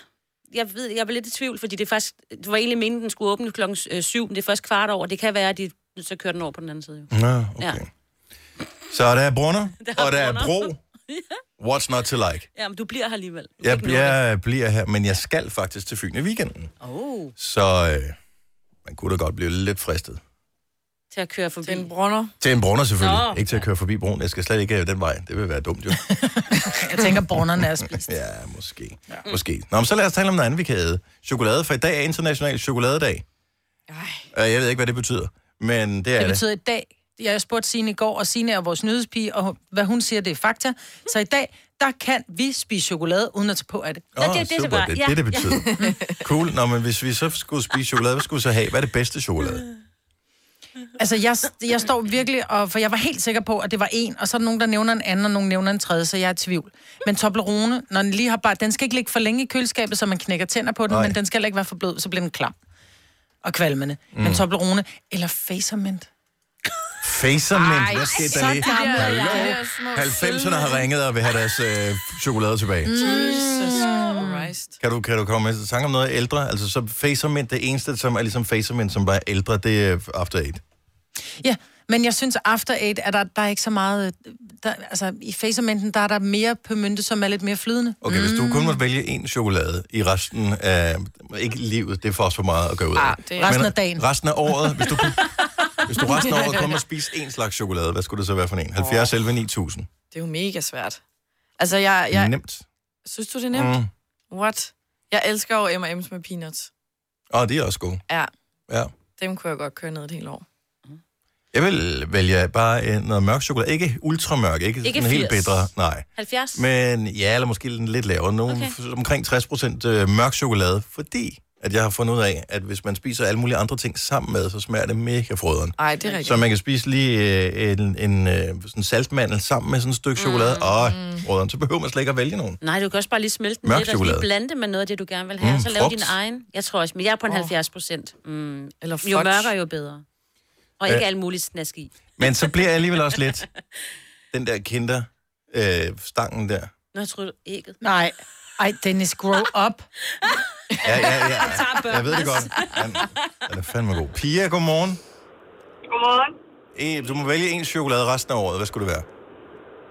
Speaker 4: jeg ved, jeg var lidt i tvivl, fordi det er faktisk... Det var egentlig meningen, den skulle åbne klokken øh, syv, men det er først kvart over. Det kan være, at de så kører den over på den anden side. Jo.
Speaker 1: Nå.
Speaker 4: Ja.
Speaker 1: Så der er brunner,
Speaker 4: Der er
Speaker 1: og der er
Speaker 4: brunner.
Speaker 1: bro. What's not to like?
Speaker 4: ja, men du bliver her alligevel. Du kan
Speaker 1: Jeg,
Speaker 4: ikke nå det.
Speaker 1: jeg bliver her, men jeg skal faktisk til Fyn i weekenden.
Speaker 4: Oh.
Speaker 1: Så øh, man kunne da godt blive lidt fristet.
Speaker 4: Til at køre forbi. Til en
Speaker 5: brunner.
Speaker 1: Til en brunner selvfølgelig.
Speaker 4: Nå.
Speaker 1: Ikke til at køre forbi broen. Jeg skal slet ikke øh, den vej. Det vil være dumt jo.
Speaker 6: Jeg tænker, bornerne er spist.
Speaker 1: ja, måske. Ja. Måske. Nå, men så lad os tale om noget andet, vi kan æde. Chokolade, for i dag er international chokoladedag. Ej. Jeg ved ikke, hvad det betyder, men det er
Speaker 6: Det
Speaker 1: det.
Speaker 6: betyder i dag, jeg spurgte Signe i går, og Signe er vores nyhedspige, og hun- hvad hun siger, det er fakta. Så i dag, der kan vi spise chokolade, uden at tage på af det.
Speaker 1: Åh, super, det er det, det betyder. Cool. Nå, men hvis vi så skulle spise chokolade, hvad skulle vi så have? Hvad er det bedste chokolade?
Speaker 6: Altså, jeg, jeg står virkelig, og, for jeg var helt sikker på, at det var en, og så er der nogen, der nævner en anden, og nogen nævner en tredje, så jeg er i tvivl. Men Toblerone, når den lige har bare, den skal ikke ligge for længe i køleskabet, så man knækker tænder på den,
Speaker 1: Nej.
Speaker 6: men den skal heller ikke være for blød, så bliver den klam og kvalmende. Mm. Men
Speaker 1: Mm.
Speaker 6: Toblerone, eller Facermint.
Speaker 1: Facermint,
Speaker 6: Ej,
Speaker 1: hvad skete
Speaker 6: så
Speaker 1: der lige?
Speaker 6: gammel er jeg.
Speaker 1: Hallo?
Speaker 6: De der små
Speaker 1: 90'erne
Speaker 6: sølve.
Speaker 1: har ringet og vil have deres øh, chokolade tilbage.
Speaker 6: Mm.
Speaker 5: Jesus Christ.
Speaker 1: Kan du, kan du komme med tanke om noget ældre? Altså, så Facermint, det eneste, som er ligesom Facermint, som var ældre, det er After Eight.
Speaker 6: Ja, men jeg synes, After Eight, er der, der er ikke så meget... øh, Der, altså, i Facerminten, der er der mere pømynte, som er lidt mere flydende.
Speaker 1: Okay, mm. hvis du kun måtte vælge én chokolade i resten af... Ikke livet, det er for os for meget at gøre ud af.
Speaker 6: Ah, det er- Resten af dagen.
Speaker 1: Resten af året, hvis du, kunne, hvis du resten af året kun måtte spise én slags chokolade, hvad skulle det så være for en? 70 11 9000.
Speaker 5: Det er jo mega svært. Altså, jeg... jeg
Speaker 1: Nemt.
Speaker 5: Synes du, det er nemt? Mm. What? Jeg elsker jo M&M's med peanuts.
Speaker 1: Åh, oh, det er også gode.
Speaker 5: Ja,
Speaker 1: Ja.
Speaker 5: dem kunne jeg godt køre ned et helt år.
Speaker 1: Jeg vil vælge bare øh, noget mørk chokolade. Ikke ultramørk, ikke,
Speaker 5: Ikke
Speaker 1: ikke sådan helt
Speaker 5: 80.
Speaker 1: bedre. Nej.
Speaker 4: 70?
Speaker 1: Men ja, eller måske den lidt lavere. Nogle,
Speaker 4: Okay.
Speaker 1: okay. Omkring 60 procent øh, mørk chokolade, fordi at jeg har fundet ud af, at hvis man spiser alle mulige andre ting sammen med, så smager det mega frøderen.
Speaker 5: Ej, det er rigtigt.
Speaker 1: Så man kan spise lige øh, en, en øh, sådan saltmandel sammen med sådan et stykke chokolade.
Speaker 5: Mm.
Speaker 1: Og frøderen, så behøver man slet ikke at vælge nogen.
Speaker 4: Nej, du kan også bare lige smelte den
Speaker 1: Mørk
Speaker 4: lidt, og
Speaker 1: chokolade.
Speaker 4: lige blande det med noget af det, du gerne vil have,
Speaker 1: Mm,
Speaker 4: mm, og så lave
Speaker 1: frugt.
Speaker 4: din egen. Jeg tror også, men jeg er på en oh. 70 procent. Mm.
Speaker 5: Eller
Speaker 4: Jo
Speaker 5: fudge.
Speaker 4: mørkere, jo bedre. Og ikke
Speaker 1: Øh.
Speaker 4: øh. alt muligt snask i.
Speaker 1: Men så bliver jeg alligevel også lidt den der kinder, øh, stangen der.
Speaker 4: Nå, jeg troede ægget.
Speaker 6: Nej. Ej, Dennis, grow up.
Speaker 1: Ja, ja, ja.
Speaker 4: Jeg tager børn,
Speaker 1: Jeg ved det godt.
Speaker 4: altså.
Speaker 1: Den, den er fandme god. Pia, godmorgen.
Speaker 14: Godmorgen.
Speaker 1: Eh, Du må vælge en chokolade resten af året. Hvad skulle det være?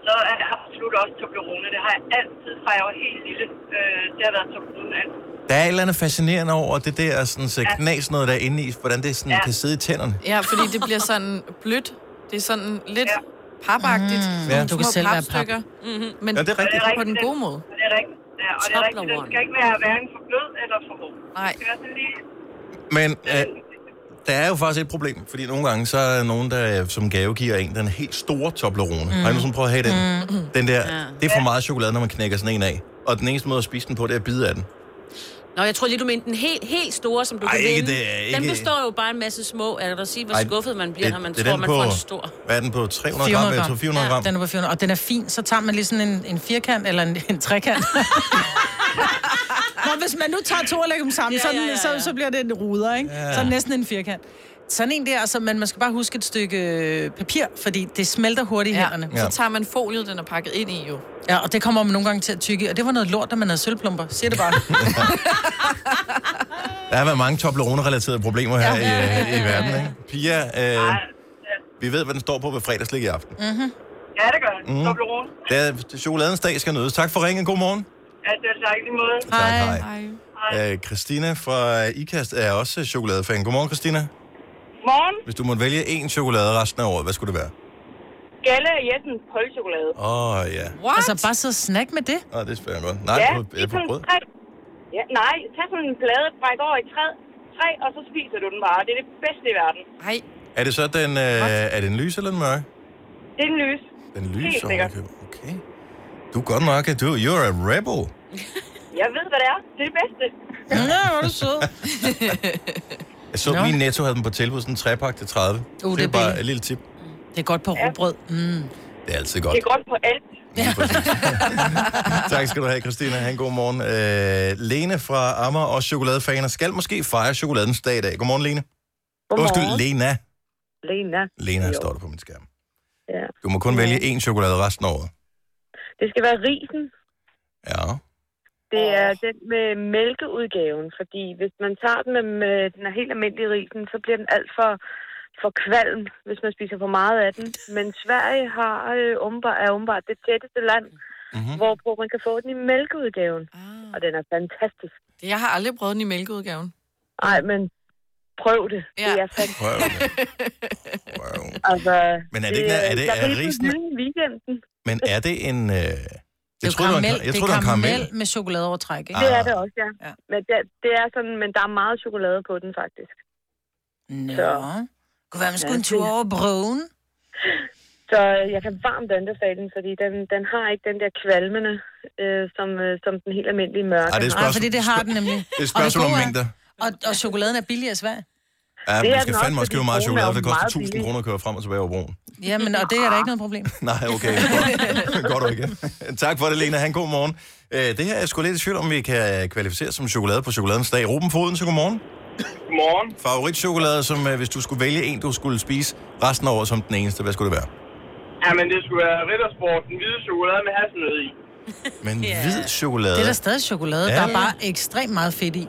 Speaker 14: Så er det absolut også Toblerone. Det har jeg altid, fra jeg var helt lille. Øh, det har været Toblerone altid.
Speaker 1: Der er et eller andet fascinerende over det der sådan, så
Speaker 14: Ja.
Speaker 1: knas noget der er inde i, hvordan det sådan,
Speaker 5: Ja.
Speaker 1: ja. kan sidde i tænderne.
Speaker 5: Ja, fordi det bliver sådan blødt. Det er sådan lidt ja. papagtigt.
Speaker 1: Mm.
Speaker 5: Mm.
Speaker 1: Ja. Du kan selv være pap.
Speaker 5: Mm-hmm. Men
Speaker 1: Ja, det er rigtigt.
Speaker 5: på den gode måde.
Speaker 14: Og det er rigtigt. Ja, og det er rigtigt. Den skal ikke være hverken for blød eller for hård.
Speaker 5: Nej.
Speaker 14: Det skal være sådan lige...
Speaker 1: Men øh, Der er jo faktisk et problem, fordi nogle gange, så er der nogen, der øh, som gave giver en den helt store Toblerone. Mm.
Speaker 15: Mm.
Speaker 1: Har I nogen, som prøver at have den?
Speaker 15: Mm.
Speaker 1: Den der,
Speaker 4: Ja.
Speaker 1: det er for meget chokolade, når man knækker sådan en af. Og den eneste måde at spise den på, det er at bide af den.
Speaker 4: Nå, jeg tror lige, du mente den helt, helt store, som du
Speaker 1: Ej,
Speaker 4: kan
Speaker 1: ikke
Speaker 4: vinde.
Speaker 1: det, øh, ikke-
Speaker 4: Den består jo bare af en masse små. Er der at sige, hvor
Speaker 1: Ej,
Speaker 4: skuffet man bliver,
Speaker 1: det-
Speaker 4: når man
Speaker 1: det er
Speaker 4: tror,
Speaker 1: den
Speaker 4: man
Speaker 1: på-
Speaker 4: får en stor.
Speaker 1: Hvad er den på? 300 gram? Jeg tror 400 gram.
Speaker 6: Ja, den er på 400, og den er fin. Så tager man lige sådan en, en firkant eller en, en trekant. Nå, hvis man nu tager to og lægger dem sammen, ja, ja, ja, ja. Så, så bliver det en ruder, ikke?
Speaker 16: Ja.
Speaker 6: Ja. Så er det næsten en firkant. Sådan en der, altså, men man skal bare huske et stykke øh, papir, fordi det smelter hurtigt i
Speaker 5: Ja.
Speaker 6: hænderne.
Speaker 5: Så tager man foliet, den er pakket ind i jo.
Speaker 6: Ja, og det kommer man nogle gange til at tykke. Og det var noget lort, da man havde sølvplumper. Siger det bare.
Speaker 1: Der har været mange Toblerone-relaterede problemer her
Speaker 6: Ja.
Speaker 1: i, øh, i verden, ikke? Pia, øh, vi ved, hvad den står på ved fredagslik i aften.
Speaker 14: Mm-hmm. Ja, det gør det.
Speaker 1: Mhm.
Speaker 14: Mm. Toblerone.
Speaker 1: Det er, chokoladens dag skal nødes. Tak for ringen. God morgen.
Speaker 14: Ja, det er tak i lige måde.
Speaker 1: Hej. hej. Øh, Christina fra IKAST er også chokoladefan. Godmorgen, Christina.
Speaker 14: Morgen.
Speaker 1: Hvis du måtte vælge én chokolade resten af året, hvad skulle det være?
Speaker 14: Galle og Jessens koldchokolade.
Speaker 1: Åh, oh, ja.
Speaker 6: What? Altså, bare så snak med det.
Speaker 1: Åh, oh, det spørger jeg godt. Nej,
Speaker 14: ja,
Speaker 1: på,
Speaker 14: lige
Speaker 1: øh, på
Speaker 14: sådan
Speaker 1: brød.
Speaker 14: Tre, ja, nej, tag sådan en plade, bræk over i træ, træ, og så spiser du den bare. Det er det bedste i verden.
Speaker 5: Nej.
Speaker 1: Er det så den, øh, er det en lys eller en mørk?
Speaker 14: Det er en lys.
Speaker 1: Den lys,
Speaker 14: Helt
Speaker 1: og
Speaker 14: sikkert.
Speaker 1: okay. okay. Du er godt nok, du, you're a rebel.
Speaker 14: Jeg ved, hvad det er. Det er det bedste.
Speaker 6: Nå, hvor er du sød.
Speaker 1: Jeg så,
Speaker 6: Nå.
Speaker 1: min netto havde den på tilbud, sådan en trepakke til 30.
Speaker 6: Uh,
Speaker 1: det
Speaker 6: det
Speaker 1: er
Speaker 6: er
Speaker 1: bare
Speaker 6: billigt.
Speaker 1: et lille tip.
Speaker 6: Det er godt på rugbrød. Mm.
Speaker 1: Det er altid godt.
Speaker 14: Det er godt på alt.
Speaker 1: Tak skal du have, Christina. Ha' en god morgen. Øh, Lene fra Ammer og chokoladefaner skal måske fejre chokoladens dag i dag. Godmorgen, Lene.
Speaker 17: Godmorgen.
Speaker 1: Undskyld, Lena.
Speaker 17: Lena.
Speaker 1: Lena
Speaker 17: Jo.
Speaker 1: står der på min skærm.
Speaker 17: Ja.
Speaker 1: Du må kun vælge én chokolade resten af året.
Speaker 17: Det skal være risen.
Speaker 1: Ja.
Speaker 17: Det er den med mælkeudgaven, fordi hvis man tager den med, med den er helt almindelige risen, så bliver den alt for, for kvalm, hvis man spiser for meget af den. Men Sverige har, øh, umbar, er umiddelbart det tætteste land,
Speaker 1: Mhm.
Speaker 17: mm-hmm. hvorpå man kan få den i mælkeudgaven. Ah. Og den er fantastisk.
Speaker 5: Jeg har aldrig prøvet den i mælkeudgaven.
Speaker 17: Nej, men prøv det. Ja. Det er fantastisk.
Speaker 1: Prøv det.
Speaker 17: Altså,
Speaker 1: Men er det ikke- er det-
Speaker 17: jeg
Speaker 1: er
Speaker 17: ribbede
Speaker 1: risen-
Speaker 17: hylden i weekenden.
Speaker 1: Men er det en... Øh... Jeg
Speaker 6: Det er
Speaker 1: troede,
Speaker 6: jo
Speaker 1: det var en,
Speaker 6: karamel.
Speaker 1: jeg troede, det var en karamel.
Speaker 6: med chokoladeovertræk, ikke?
Speaker 17: Det er det også, ja. ja. Men, det, det er sådan, men der er meget chokolade på den, faktisk.
Speaker 6: Nå.
Speaker 17: Så.
Speaker 6: Kunne være, man skulle en tur over broen?
Speaker 17: Så øh, jeg kan varmt anbefale den, fordi den, den har ikke den der kvalmende, øh, som, øh, som den helt almindelige mørke.
Speaker 1: Ej, det er et
Speaker 17: har.
Speaker 1: spørgsmål-
Speaker 6: Fordi det har den nemlig.
Speaker 1: Det er et spørgsmål om
Speaker 6: gode er-
Speaker 1: mængder.
Speaker 6: Og, og chokoladen er billig i Sverige.
Speaker 1: Ja,
Speaker 17: Det er
Speaker 1: man skal
Speaker 17: den også,
Speaker 1: fandme også
Speaker 17: fordi
Speaker 1: købe meget
Speaker 17: kronen er
Speaker 1: chokolade, for det
Speaker 17: jo
Speaker 1: koster
Speaker 17: meget
Speaker 1: 1000
Speaker 17: billig.
Speaker 1: kroner at køre frem og tilbage over broen.
Speaker 6: Jamen, og det er da ikke noget problem.
Speaker 1: Nej, okay. Godt. Godt og igen. tak for det, Lena. Han god morgen. Øh, Det her er jeg sgu lidt i tvivl om, vi kan kvalificere som chokolade på chokoladens dag. Ruben Foden, så godmorgen.
Speaker 18: Morgen.
Speaker 1: Favoritchokolade, som øh, hvis du skulle vælge en, du skulle spise resten af året som den eneste, hvad skulle det være?
Speaker 18: Ja, men det skulle være Riddersport, den hvide chokolade med hasselnød i.
Speaker 1: Men yeah. hvid chokolade.
Speaker 6: Det er der stadig chokolade.
Speaker 1: Ja.
Speaker 6: Ja. Der er bare ekstremt meget fedt i.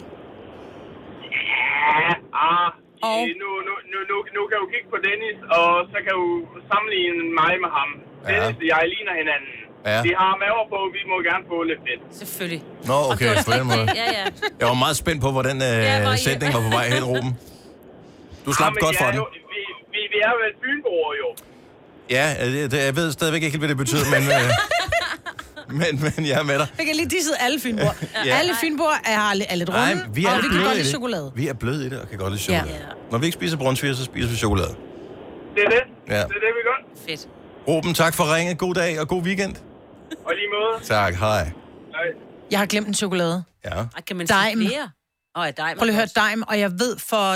Speaker 18: Ja, ah, og... nu, nu, nu, nu, nu kan du kigge på Dennis, og så kan du sammenligne mig med ham. Dennis og jeg ligner hinanden.
Speaker 1: Ja.
Speaker 18: Vi har maver på, vi må gerne få lidt fedt.
Speaker 4: Selvfølgelig.
Speaker 1: Nå, okay, på den måde.
Speaker 4: Ja, ja.
Speaker 1: Jeg var meget spændt på, hvordan
Speaker 18: Ja, hvor
Speaker 1: øh,
Speaker 18: I-
Speaker 1: sætningen var på vej hen, Ruben. Du slap
Speaker 18: men
Speaker 1: godt
Speaker 18: vi
Speaker 1: for
Speaker 18: er
Speaker 1: den.
Speaker 18: Jo, vi, vi, vi er jo et fynboer jo.
Speaker 1: Ja, øh, det, det, jeg ved stadigvæk ikke helt, hvad det betyder, men, øh, men, men jeg er med dig.
Speaker 6: Jeg kan lige disse alle fynboer.
Speaker 1: Ja.
Speaker 6: ja. Alle fynboer er, er lidt runde,
Speaker 1: Nej, vi er
Speaker 6: og vi kan
Speaker 1: bløde
Speaker 6: godt
Speaker 1: i
Speaker 6: lide
Speaker 1: det.
Speaker 6: chokolade.
Speaker 1: Vi er bløde i det og kan godt lide
Speaker 6: Ja.
Speaker 1: chokolade. Når vi ikke spiser brunsviger, så spiser vi chokolade.
Speaker 18: Det er det.
Speaker 1: Ja.
Speaker 18: Det er det, vi gør.
Speaker 4: Fedt.
Speaker 1: Ruben, tak for ringet. God dag og god weekend.
Speaker 18: Og lige måde.
Speaker 1: Tak, hej.
Speaker 6: Jeg har glemt en chokolade.
Speaker 1: Ja.
Speaker 4: Ej, kan man sige flere? Åh, ja, dejm.
Speaker 6: Prøv lige at høre dejm, og jeg ved, for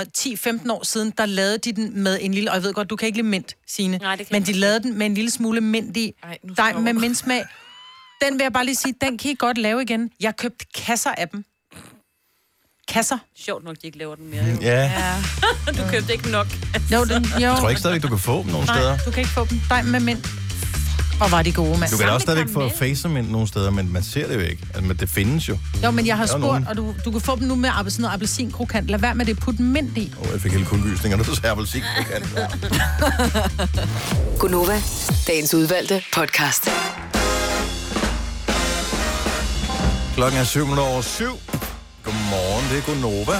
Speaker 6: 10-15 år siden, der lavede de den med en lille, og jeg ved godt, du kan ikke lide mint, Signe, Nej, det men de lavede den med en lille smule mint i, dejm med mintsmag. Den vil jeg bare lige sige, den kan I godt lave igen. Jeg købte kasser af dem. Kasser.
Speaker 4: Sjovt nok, de ikke laver den mere. jo.
Speaker 1: Ja.
Speaker 4: du købte ikke nok.
Speaker 6: Jo, den, jo.
Speaker 1: Jeg tror ikke stadigvæk, du kan få dem nogen steder.
Speaker 6: Nej, du kan ikke få dem. Dejm med mint. Fuck, Hvor var de gode, mand.
Speaker 1: Du kan da også stadigvæk få facermint nogle steder, men man ser det jo ikke. Altså, men det findes jo.
Speaker 6: Jo, men jeg har
Speaker 1: Der er nogen.
Speaker 6: spurgt, og du, du kan få dem nu med appel- sådan noget appelsinkrokant. Lad være med det, put mint i.
Speaker 1: Åh, oh, jeg fik hele kuldgysninger, du sagde appelsin. på kanten.
Speaker 7: Gunova, dagens udvalgte podcast.
Speaker 1: Klokken er 7 over 7. Godmorgen, det er Gunova.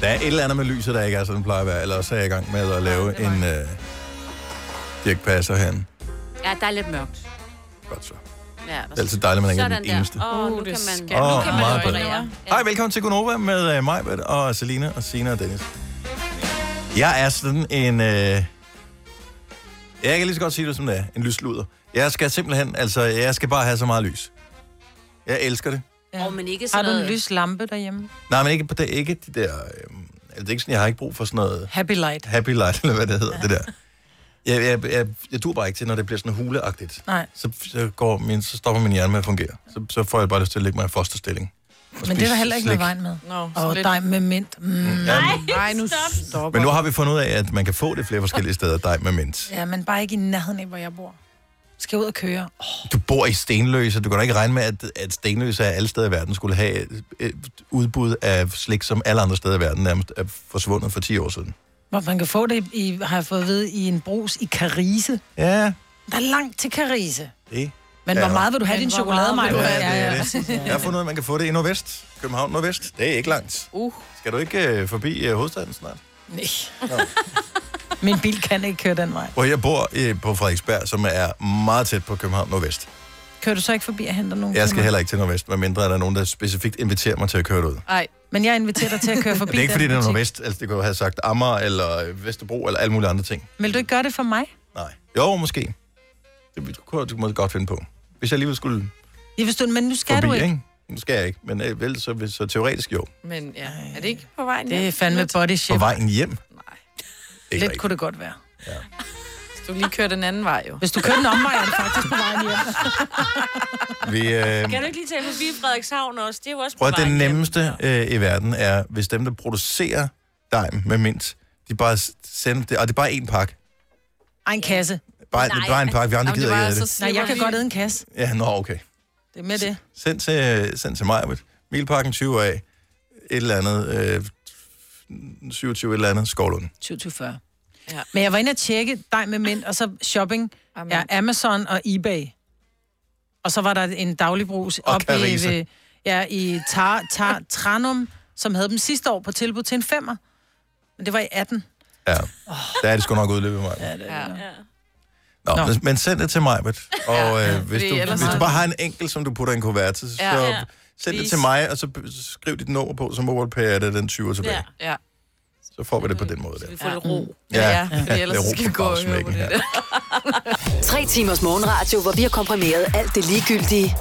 Speaker 1: Der er et eller andet med lyset, der ikke er, som det plejer at være. Ellers er jeg i gang med at lave en øh, Dirk Passer herinde.
Speaker 4: Ja, der er lidt mørkt.
Speaker 1: Godt så.
Speaker 4: Ja,
Speaker 1: Det er altid dejligt, at man ikke er den
Speaker 4: Sådan der.
Speaker 1: eneste.
Speaker 4: Åh, oh, nu kan man...
Speaker 1: Åh,
Speaker 4: nu kan man
Speaker 1: meget bedre.
Speaker 4: operere.
Speaker 1: Hej, velkommen til Gunova med uh, Majbert og Selina og Sina og Dennis. Jeg er sådan en... Øh... Jeg kan lige så godt sige det, som det er. En lysluder. Jeg skal simpelthen... Altså, jeg skal bare have så meget lys. Jeg elsker det.
Speaker 6: Ja.
Speaker 4: men ikke
Speaker 6: Har
Speaker 4: sådan
Speaker 6: du en
Speaker 4: noget-
Speaker 6: lys lampe derhjemme?
Speaker 1: Nej, men ikke, på det, ikke de der... Øh... Det er ikke sådan, jeg har ikke brug for sådan noget...
Speaker 6: Happy light.
Speaker 1: Happy light, eller hvad det hedder, det der. Jeg, jeg, jeg, jeg dur bare ikke til, når det bliver sådan huleagtigt.
Speaker 6: Nej.
Speaker 1: Så, så, går min, så stopper min hjerne med at fungere. Så, så får jeg bare lyst til at lægge mig i fosterstilling.
Speaker 6: Men
Speaker 1: og
Speaker 6: det er
Speaker 1: spise
Speaker 6: der heller ikke
Speaker 1: slik.
Speaker 6: noget vejen med.
Speaker 5: Nå,
Speaker 6: og
Speaker 5: lidt.
Speaker 6: dig med mint. Mm.
Speaker 1: Nej,
Speaker 6: Nej, nu stopper.
Speaker 1: Men nu har vi fundet ud af, at man kan få det flere forskellige steder, dig med mint.
Speaker 6: Ja, men bare ikke i nærheden af, hvor jeg bor. Skal ud og køre. Oh,
Speaker 1: Du bor i Stenløse, du kan da ikke regne med, at, at Stenløse er alle steder i verden skulle have et, et udbud af slik, som alle andre steder i verden nærmest er forsvundet for 10 år siden.
Speaker 6: hvor man kan få det, i, har jeg fået at vide, i en brus i Karise.
Speaker 1: Ja.
Speaker 6: Der er langt til Karise.
Speaker 1: Det
Speaker 6: Men
Speaker 1: er
Speaker 6: hvor meget
Speaker 1: der.
Speaker 6: vil du have din chokolade, Maja?
Speaker 1: Ja, det er det. Jeg har fundet ud af, at man kan få det i Nordvest. København Nordvest, det er ikke langt.
Speaker 6: Uh.
Speaker 1: Skal du ikke øh, forbi øh, hovedstaden snart?
Speaker 6: Nej. Min bil kan ikke køre den vej.
Speaker 1: Hvor jeg bor øh, på Frederiksberg, som er meget tæt på København Nordvest.
Speaker 6: Kører du så ikke forbi og henter nogen?
Speaker 1: Jeg skal heller ikke til Nordvest, medmindre der er nogen, der specifikt inviterer mig til at køre derud.
Speaker 6: Nej, men jeg inviterer dig til at køre
Speaker 1: Men
Speaker 6: forbi
Speaker 1: det er ikke,
Speaker 6: den
Speaker 1: fordi det er
Speaker 6: butik.
Speaker 1: Nordvest. Altså, det kunne jo have sagt Amager eller øh, Vesterbro eller alle mulige andre ting.
Speaker 6: Vil du ikke gøre det for mig?
Speaker 1: Nej. Jo, måske. Det kunne du måske godt finde på. Hvis jeg alligevel skulle
Speaker 6: Jeg forstår, men nu skal
Speaker 1: forbi,
Speaker 6: du ikke.
Speaker 1: ikke? Nu skal jeg ikke, men øh, vel, så, hvis- så teoretisk jo.
Speaker 5: Men ja, er det ikke på vejen
Speaker 6: Det
Speaker 5: hjem?
Speaker 6: er fandme body
Speaker 1: På
Speaker 6: shape.
Speaker 1: vejen hjem. Nej. Ikke
Speaker 6: Lidt kunne det godt være.
Speaker 5: Hvis du lige kører den anden vej, jo.
Speaker 6: Hvis du kører den omvej, er det faktisk på vejen hjem.
Speaker 1: Vi, øh,
Speaker 4: Kan du ikke lige tage forbi Frederikshavn også? Det er jo også
Speaker 1: prøv at
Speaker 4: på
Speaker 1: det
Speaker 4: vejen hjem.
Speaker 1: nemmeste øh, i verden er, hvis dem, der producerer dej med mint, de bare s- sender det, og det er bare en pakke.
Speaker 6: Ej, en kasse.
Speaker 1: Bare, det er bare en pakke, vi andre gider ikke have det.
Speaker 6: Nej, jeg kan godt æde en kasse.
Speaker 1: Ja, nå, okay.
Speaker 6: Det er med det.
Speaker 1: Send til, send til mig, Milpakken 20 af, et eller andet, øh, 27 et eller andet, Skovlund.
Speaker 6: 2040. Ja. Men jeg var inde og tjekke dig med mint, og så shopping. Ja, Amazon og eBay. Og så var der en dagligbrugs
Speaker 1: Og
Speaker 6: oppe i,
Speaker 1: Carise.
Speaker 6: ved- ja, i tar, tar, Tranum, som havde dem sidste år på tilbud til en femmer. Men det var i 18.
Speaker 1: Ja, der er det sgu nok udløbet mig. Ja,
Speaker 6: det er
Speaker 5: ja.
Speaker 1: Nå,
Speaker 6: Nå.
Speaker 1: Nå. Men send det til mig, Britt. Og ja, øh, hvis,
Speaker 5: fordi
Speaker 1: du,
Speaker 5: ellers
Speaker 1: hvis
Speaker 5: så-
Speaker 1: du bare har en enkelt, som du putter i en kuvert til, så
Speaker 5: Ja,
Speaker 1: ja,
Speaker 5: ja.
Speaker 1: ja. send det
Speaker 5: Please.
Speaker 1: til mig, og så b- skriv dit nummer på, så MobilePay er det den 20 tilbage. Ja.
Speaker 5: Ja.
Speaker 1: Så får vi det på den måde. Der.
Speaker 4: Vi får lidt ro.
Speaker 1: Ja,
Speaker 7: Ja,
Speaker 1: Mm. ja,
Speaker 7: fordi
Speaker 1: ja.
Speaker 7: ellers
Speaker 1: det
Speaker 7: så
Speaker 1: er ro
Speaker 7: skal
Speaker 1: på
Speaker 7: vi gå og høre
Speaker 1: bagsmækken her.
Speaker 7: Tre timers morgenradio, hvor vi har komprimeret alt det ligegyldige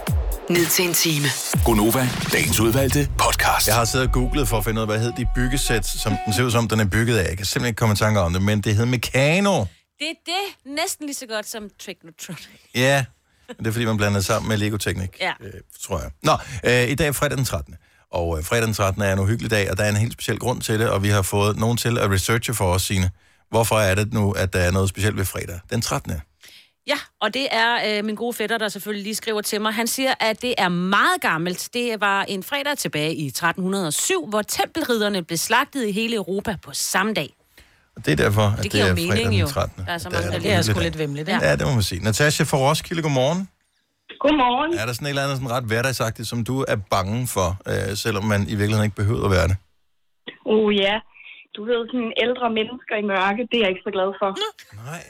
Speaker 7: ned til en time.
Speaker 1: Gonova, dagens udvalgte podcast. Jeg har siddet og googlet for at finde ud af, hvad hed de byggesæt, som den ser ud som, den er bygget af. Jeg kan simpelthen ikke komme i tanke om det, men det hed Meccano.
Speaker 4: Det er det næsten lige så godt som Technotronic.
Speaker 1: Ja, men det er fordi, man blander det sammen med Lego Teknik,
Speaker 4: Ja.
Speaker 1: tror jeg. Nå, øh, i dag er fredag den 13. Og øh, fredag den 13. er en uhyggelig dag, og der er en helt speciel grund til det, og vi har fået nogen til at researche for os, sine. Hvorfor er det nu, at der er noget specielt ved fredag den 13.
Speaker 4: Ja, og det er øh, min gode fætter, der selvfølgelig lige skriver til mig. Han siger, at det er meget gammelt. Det var en fredag tilbage i 1307, hvor tempelridderne blev slagtet i hele Europa på samme dag.
Speaker 1: Og det er derfor, at
Speaker 4: Det
Speaker 1: det,
Speaker 4: giver
Speaker 1: er
Speaker 4: jo
Speaker 1: fredag
Speaker 4: mening
Speaker 1: den
Speaker 4: jo.
Speaker 1: 13.
Speaker 4: Der er så
Speaker 1: Der
Speaker 4: mange, der
Speaker 1: en
Speaker 4: lige
Speaker 1: uhyggelig dag.
Speaker 6: vemmeligt,
Speaker 1: Ja, det må man sige. Natasha fra Roskilde, godmorgen.
Speaker 15: Godmorgen.
Speaker 1: Er der sådan et eller andet sådan ret hverdagsagtigt, som du er bange for, øh, selvom man i virkeligheden ikke behøver at være det?
Speaker 15: Oh ja, du ved, sådan ældre mennesker i mørke, det er jeg ikke så glad for.
Speaker 1: Nej.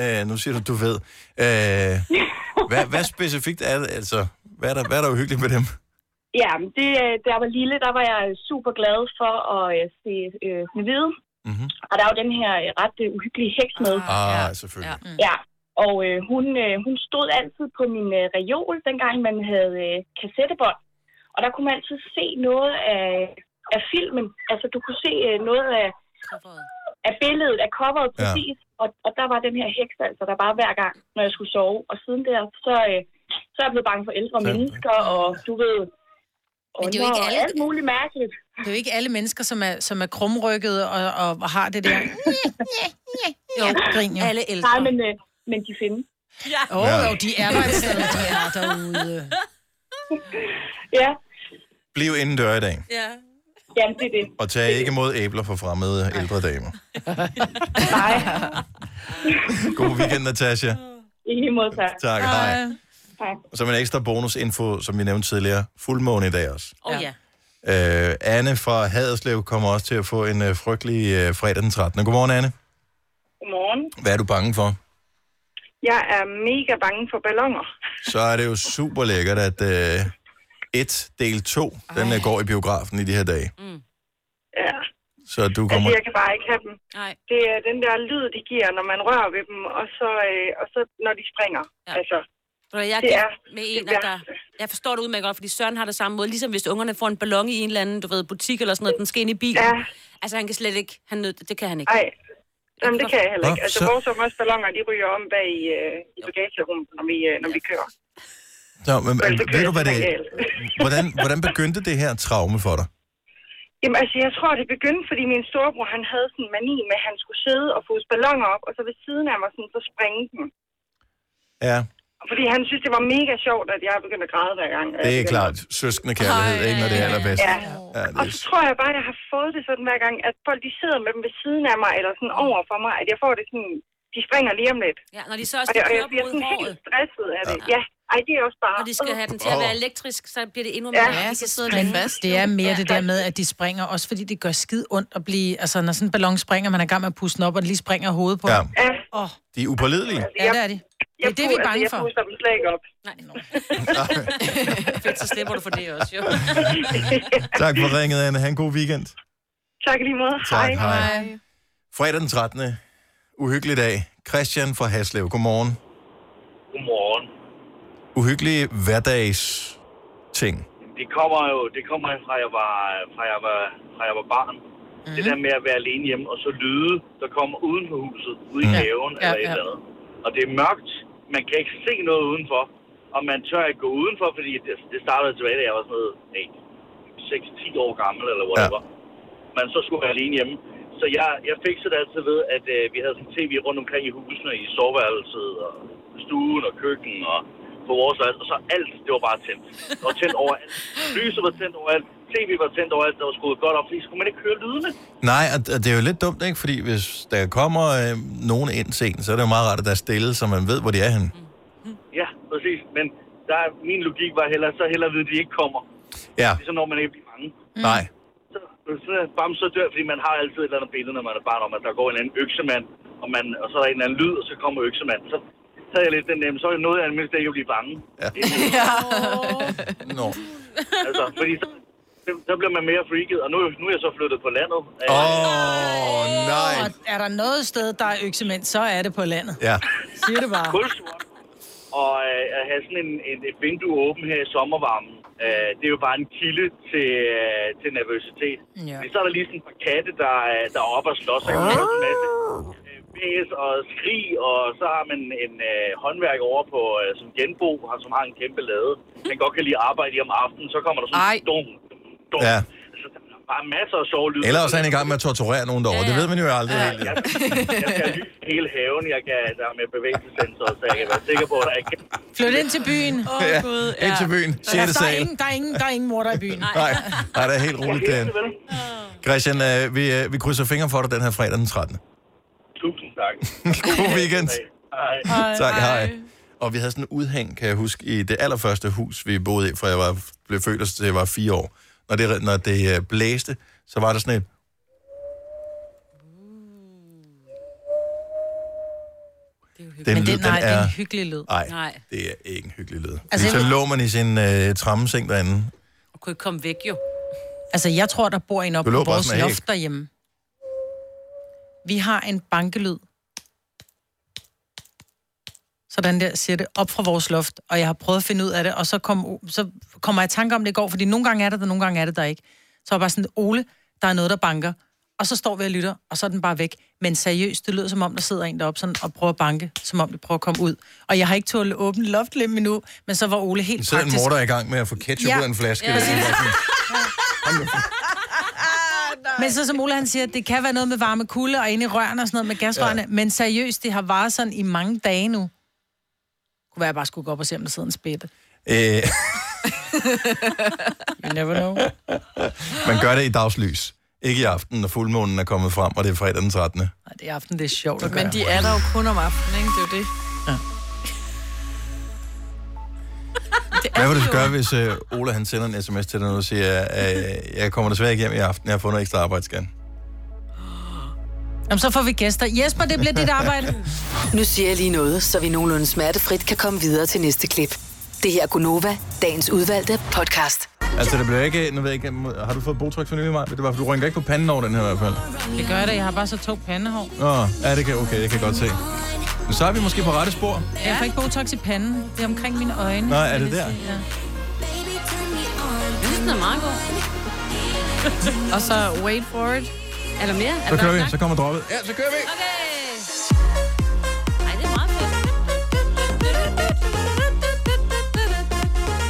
Speaker 1: Øh, nu siger du, du ved. Øh, hvad, hvad specifikt er det, altså? Hvad er der, hvad er der uhyggeligt med dem?
Speaker 15: Ja, men det, øh, da jeg var lille, der var jeg super glad for at øh, se øh, Snevide.
Speaker 1: Mm-hmm.
Speaker 15: Og der er jo den her øh, ret øh, uhyggelige heks med.
Speaker 1: Ah, ja. selvfølgelig.
Speaker 15: Mm. Ja, og øh, hun, øh, hun stod altid på min øh, reol, dengang man havde øh, kassettebånd. Og der kunne man altid se noget af, af filmen. Altså, du kunne se øh, noget af, af billedet, af coveret
Speaker 1: Ja.
Speaker 15: præcis. Og, og der var den her heks, altså, der bare hver gang, når jeg skulle sove. Og siden der, så, øh, så er jeg blevet bange for ældre mennesker, og du ved... Og
Speaker 6: Men det er jo ikke alle-
Speaker 15: alt muligt mærkeligt.
Speaker 6: Det er jo ikke alle mennesker, som er, som er krumrykket og, og, og har det der... Jo, grin, jo.
Speaker 15: Alle ældre. Nej, men, øh, men de findes. Ja.
Speaker 6: Åh, oh, jo, de er der et sted, de er derude.
Speaker 15: Ja.
Speaker 1: Bliv indendør i dag,
Speaker 15: Ja. Jamen, det er det.
Speaker 1: og tag ikke imod æbler fra fremmede ældre damer.
Speaker 15: Nej.
Speaker 1: God weekend, Natasha.
Speaker 15: I lige måde, tak.
Speaker 1: Tak, hej.
Speaker 15: Hej.
Speaker 1: Og som en ekstra bonusinfo, som vi nævnte tidligere, fuldmåne i dag også.
Speaker 4: Åh oh, ja.
Speaker 1: Øh, Anne fra Haderslev kommer også til at få en øh, frygtelig øh, fredag den 13. Godmorgen, Anne.
Speaker 15: Godmorgen.
Speaker 1: Hvad er du bange for?
Speaker 15: Jeg er mega bange for Altså, ballonger.
Speaker 1: så er det jo super lækkert, at øh, et del 2, den øh, går i biografen i de her dage.
Speaker 15: Ja.
Speaker 1: Så
Speaker 15: Altså,
Speaker 1: du kommer...
Speaker 15: jeg kan bare ikke have dem. Nej. Det er den der lyd, de giver, når man rører ved dem, og så, øh, og så når de springer. Ja. Altså,
Speaker 4: Ved du, Jeg
Speaker 15: Det
Speaker 4: det
Speaker 15: er
Speaker 4: er med en, at der, jeg forstår det udmærket godt, fordi Søren har det samme måde. Ligesom hvis ungerne får en ballon i en eller anden du ved, butik eller sådan noget, den skal ind i bilen. Ja. Altså, han kan slet ikke. Han nød, det kan han ikke.
Speaker 15: Nej, jamen, det kan jeg heller ikke.
Speaker 1: Nå,
Speaker 15: Altså,
Speaker 1: så-
Speaker 15: vores sommersballonger, de ryger om bag i, øh, i bagagerummet, når vi, øh, når vi kører.
Speaker 1: Nå, men,
Speaker 15: Vel, så
Speaker 1: ved
Speaker 15: kører
Speaker 1: du, hvad
Speaker 15: jeg
Speaker 1: det
Speaker 15: til Real.
Speaker 1: Hvordan, hvordan begyndte det her traume for dig?
Speaker 15: Jamen altså, jeg tror, det begyndte, fordi min storebror, han havde sådan en mani med, at han skulle sidde og pose ballonger op, og så ved siden af mig sådan, så springe den.
Speaker 1: Ja,
Speaker 15: Fordi han synes, det var mega sjovt, at jeg begyndte at græde hver gang.
Speaker 1: det er klart. Søskende kærlighed, ikke, når det er allerbedst.
Speaker 15: Ja.
Speaker 1: Ja,
Speaker 15: Og
Speaker 1: det
Speaker 15: så
Speaker 1: er,
Speaker 15: tror jeg bare, at jeg har fået det sådan hver gang, at folk de sidder med dem ved siden af mig, eller sådan over for mig, at jeg får det sådan, de springer lige om lidt.
Speaker 4: Ja, når de så også
Speaker 15: og, det,
Speaker 4: skal
Speaker 15: og jeg
Speaker 4: køre
Speaker 15: bliver
Speaker 4: mod
Speaker 15: sådan helt
Speaker 4: håret.
Speaker 15: stresset af det. Ja. Ej, det er også bare...
Speaker 4: Og de skal have den til at være elektrisk, så bliver det endnu mere.
Speaker 6: Ja,
Speaker 4: de kan sidde
Speaker 6: Men
Speaker 4: derinde.
Speaker 6: det er mere det der med, at de springer, også fordi det gør skid ondt at blive... Altså, når sådan en ballon springer, man er i gang med at puste den op, og den lige springer hovedet på.
Speaker 1: Ja.
Speaker 15: Ja.
Speaker 6: Oh,
Speaker 1: de er upålidelige.
Speaker 6: ja, det er de. Det er det, vi er bange for.
Speaker 15: altså, Jeg puster dem slet ikke op.
Speaker 4: Fedt, så slipper du for det også, jo.
Speaker 1: Tak for ringet, Anne. Ha' en god weekend.
Speaker 15: tak i lige måde.
Speaker 1: Tak, hej. Fredag den 13. Uhyggelig dag. Christian fra Haslev. Godmorgen.
Speaker 16: Godmorgen.
Speaker 1: Uhyggelige hverdags ting.
Speaker 16: Det kommer jo det kommer fra, jeg var, fra, jeg var, fra jeg var barn. Mm.
Speaker 19: Mhm.
Speaker 16: Det der med at være alene hjemme, og så lyde, der kommer uden for huset, ude i
Speaker 19: Ja.
Speaker 16: haven
Speaker 19: Ja,
Speaker 16: eller et
Speaker 19: ja.
Speaker 16: eller andet. Og det er mørkt. Man kan ikke se noget udenfor. Og man tør ikke gå udenfor, fordi det, det startede tilbage, da jeg var sådan noget hey, 6-10 år gammel eller whatever. Ja. Men så skulle jeg alene hjemme. Så jeg, jeg fik det altid ved, at øh, vi havde sådan tv rundt omkring i husene, i soveværelset og stuen og køkken og på vores værelse, og så alt, det var bare tændt. Det var tændt overalt. Lyset var tændt overalt. TV var tændt overalt. Der var skruet godt op, fordi så kunne man ikke høre lydene.
Speaker 1: Nej, og og det er jo lidt dumt, ikke? Fordi hvis der kommer øh, nogen ind til en, så er det jo meget rart, at der er stille, så man ved, hvor de er henne.
Speaker 16: Ja, præcis. Men der, er- min logik var heller, så hellere ved, at de ikke kommer.
Speaker 1: Ja.
Speaker 16: Ligesom når man ikke bliver bange.
Speaker 1: Mm. Nej.
Speaker 16: Så, så bam, så dør, fordi man har altid et eller andet billede, når man er barn, om at der går en eller anden øksemand, og, man, og så er der en eller anden lyd, og så kommer øksemanden. Så tager jeg lidt den nemme, så er det noget af det mindste, at jeg bliver bange.
Speaker 1: Ja.
Speaker 16: ja.
Speaker 1: Nå.
Speaker 16: altså, fordi så, så bliver man mere freaket, og nu, nu er jeg så flyttet på landet.
Speaker 1: Åh, oh, nej.
Speaker 6: Og er der noget sted, der er øksemænd, så er det på landet.
Speaker 1: Ja.
Speaker 6: Siger det bare.
Speaker 16: Kulsort. Og øh, at have sådan en, en, et vindue åbent her i sommervarmen, øh, det er jo bare en kilde til, øh, til nervøsitet.
Speaker 6: Ja.
Speaker 16: Fordi så er der lige sådan et par katte, der, øh, der er oppe og slås, og kan en masse øh, bæs og skrig, og så har man en øh, håndværker over på, øh, som genbo, har- som har en kæmpe lade. Han godt kan lige arbejde i om aftenen, så kommer der sådan en dum, dum.
Speaker 1: Ja.
Speaker 16: Bare masser af sjove lyde.
Speaker 1: Eller også er han i gang med at torturere nogen derovre. Det ved man jo aldrig. helt.
Speaker 16: Jeg, jeg kan lyse hele haven, jeg kan, der er med bevægelsessensorer, så jeg kan være sikker på, at der ikke
Speaker 6: Flyt ind til byen. Åh,
Speaker 1: Ja, ind til byen. Sjette
Speaker 6: Der, der, er
Speaker 1: sal.
Speaker 6: ingen, der, er ingen, der er ingen morder i byen.
Speaker 1: Nej, nej, det er helt roligt.
Speaker 16: Jeg
Speaker 1: Dan.
Speaker 16: hilser vel.
Speaker 1: Christian, øh, vi, øh, vi krydser fingre for dig den her fredag den 13.
Speaker 16: Tusind tak.
Speaker 1: God weekend.
Speaker 16: Hej.
Speaker 1: tak, hej. Og vi havde sådan en udhæng, kan jeg huske, i det allerførste hus, vi boede i, fra jeg var, blev født, og til jeg var fire år. Når det, når det øh, blæste, så var der sådan et... Den
Speaker 6: Men
Speaker 1: lyd,
Speaker 6: det, nej,
Speaker 1: den
Speaker 6: det er
Speaker 1: er-
Speaker 6: en hyggelig lyd.
Speaker 1: Nej, det er ikke en hyggelig lyd.
Speaker 6: Altså,
Speaker 1: Altså, så
Speaker 6: jeg ved-
Speaker 1: lå man i sin øh, trammeseng derinde.
Speaker 6: Du kunne ikke komme væk, jo. Altså, jeg tror, der bor en
Speaker 1: Du
Speaker 6: oppe på
Speaker 1: lå bare
Speaker 6: vores
Speaker 1: sådan af æg.
Speaker 6: loft derhjemme. Vi har en bankelyd. Sådan der siger det op fra vores loft, og jeg har prøvet at finde ud af det, og så, kom, så kommer jeg i tanke om det i går, fordi nogle gange er det der, nogle gange er det der ikke. Så var jeg bare sådan, Ole, der er noget, der banker. Og så står vi og lytter, og så er den bare væk. Men seriøst, det lyder som om, der sidder en deroppe sådan, og prøver at banke, som om det prøver at komme ud. Og jeg har ikke tålet åbent loftlem endnu, men så var Ole helt
Speaker 1: Så er en
Speaker 6: praktisk.
Speaker 1: mor, der er i gang med at få ketchup
Speaker 6: Ja.
Speaker 1: ud af en flaske.
Speaker 6: Ja,
Speaker 1: Ja.
Speaker 6: præcis. Men så som Ole han siger, det kan være noget med varme kulde og inde i rørene og sådan noget med gasrørene, ja. men seriøst, det har varet sådan i mange dage nu. Kunne være, jeg bare skulle gå op og se, om der sidder en spætte.
Speaker 1: Øh,
Speaker 6: You never know.
Speaker 1: man gør det i dagslys. Ikke i aften, når fuldmånen er kommet frem, og det er fredag den 13.
Speaker 6: Nej, det er aften, det er sjovt at gøre.
Speaker 5: Men de er der jo kun om aftenen, ikke? Det er jo det.
Speaker 1: Hvad vil du gøre, hvis øh, Ola han sender en sms til dig, og siger, øh, jeg kommer desværre ikke hjem i aften, jeg har fundet ekstra arbejdsgan?
Speaker 6: Jamen, så får vi gæster. Jesper, det bliver dit arbejde.
Speaker 7: Nu siger jeg lige noget, så vi nogenlunde smertefrit kan komme videre til næste klip. Det her er Gunova, dagens udvalgte podcast.
Speaker 1: Altså, det bliver ikke... Nu ved jeg ikke, har du fået Botox for nylig, Maja? Det var, for du rynker ikke på panden over den her i hvert fald.
Speaker 6: Det gør det. Jeg har bare så to pandehår.
Speaker 1: Nå, ja, det kan, okay, det kan jeg godt se. Men så er vi måske på rette spor.
Speaker 6: Jeg får ikke Botox i panden. Det er omkring mine øjne.
Speaker 1: Nå, er
Speaker 6: Så
Speaker 1: det der?
Speaker 6: Ja. Jeg
Speaker 4: synes, den er meget god.
Speaker 5: Og så wait for it.
Speaker 4: Er der mere? Er
Speaker 1: Så
Speaker 4: der mere
Speaker 1: kører vi,
Speaker 4: snak?
Speaker 1: så kommer droppet. Ja,
Speaker 4: så kører vi. Okay. Ej, det er meget fedt.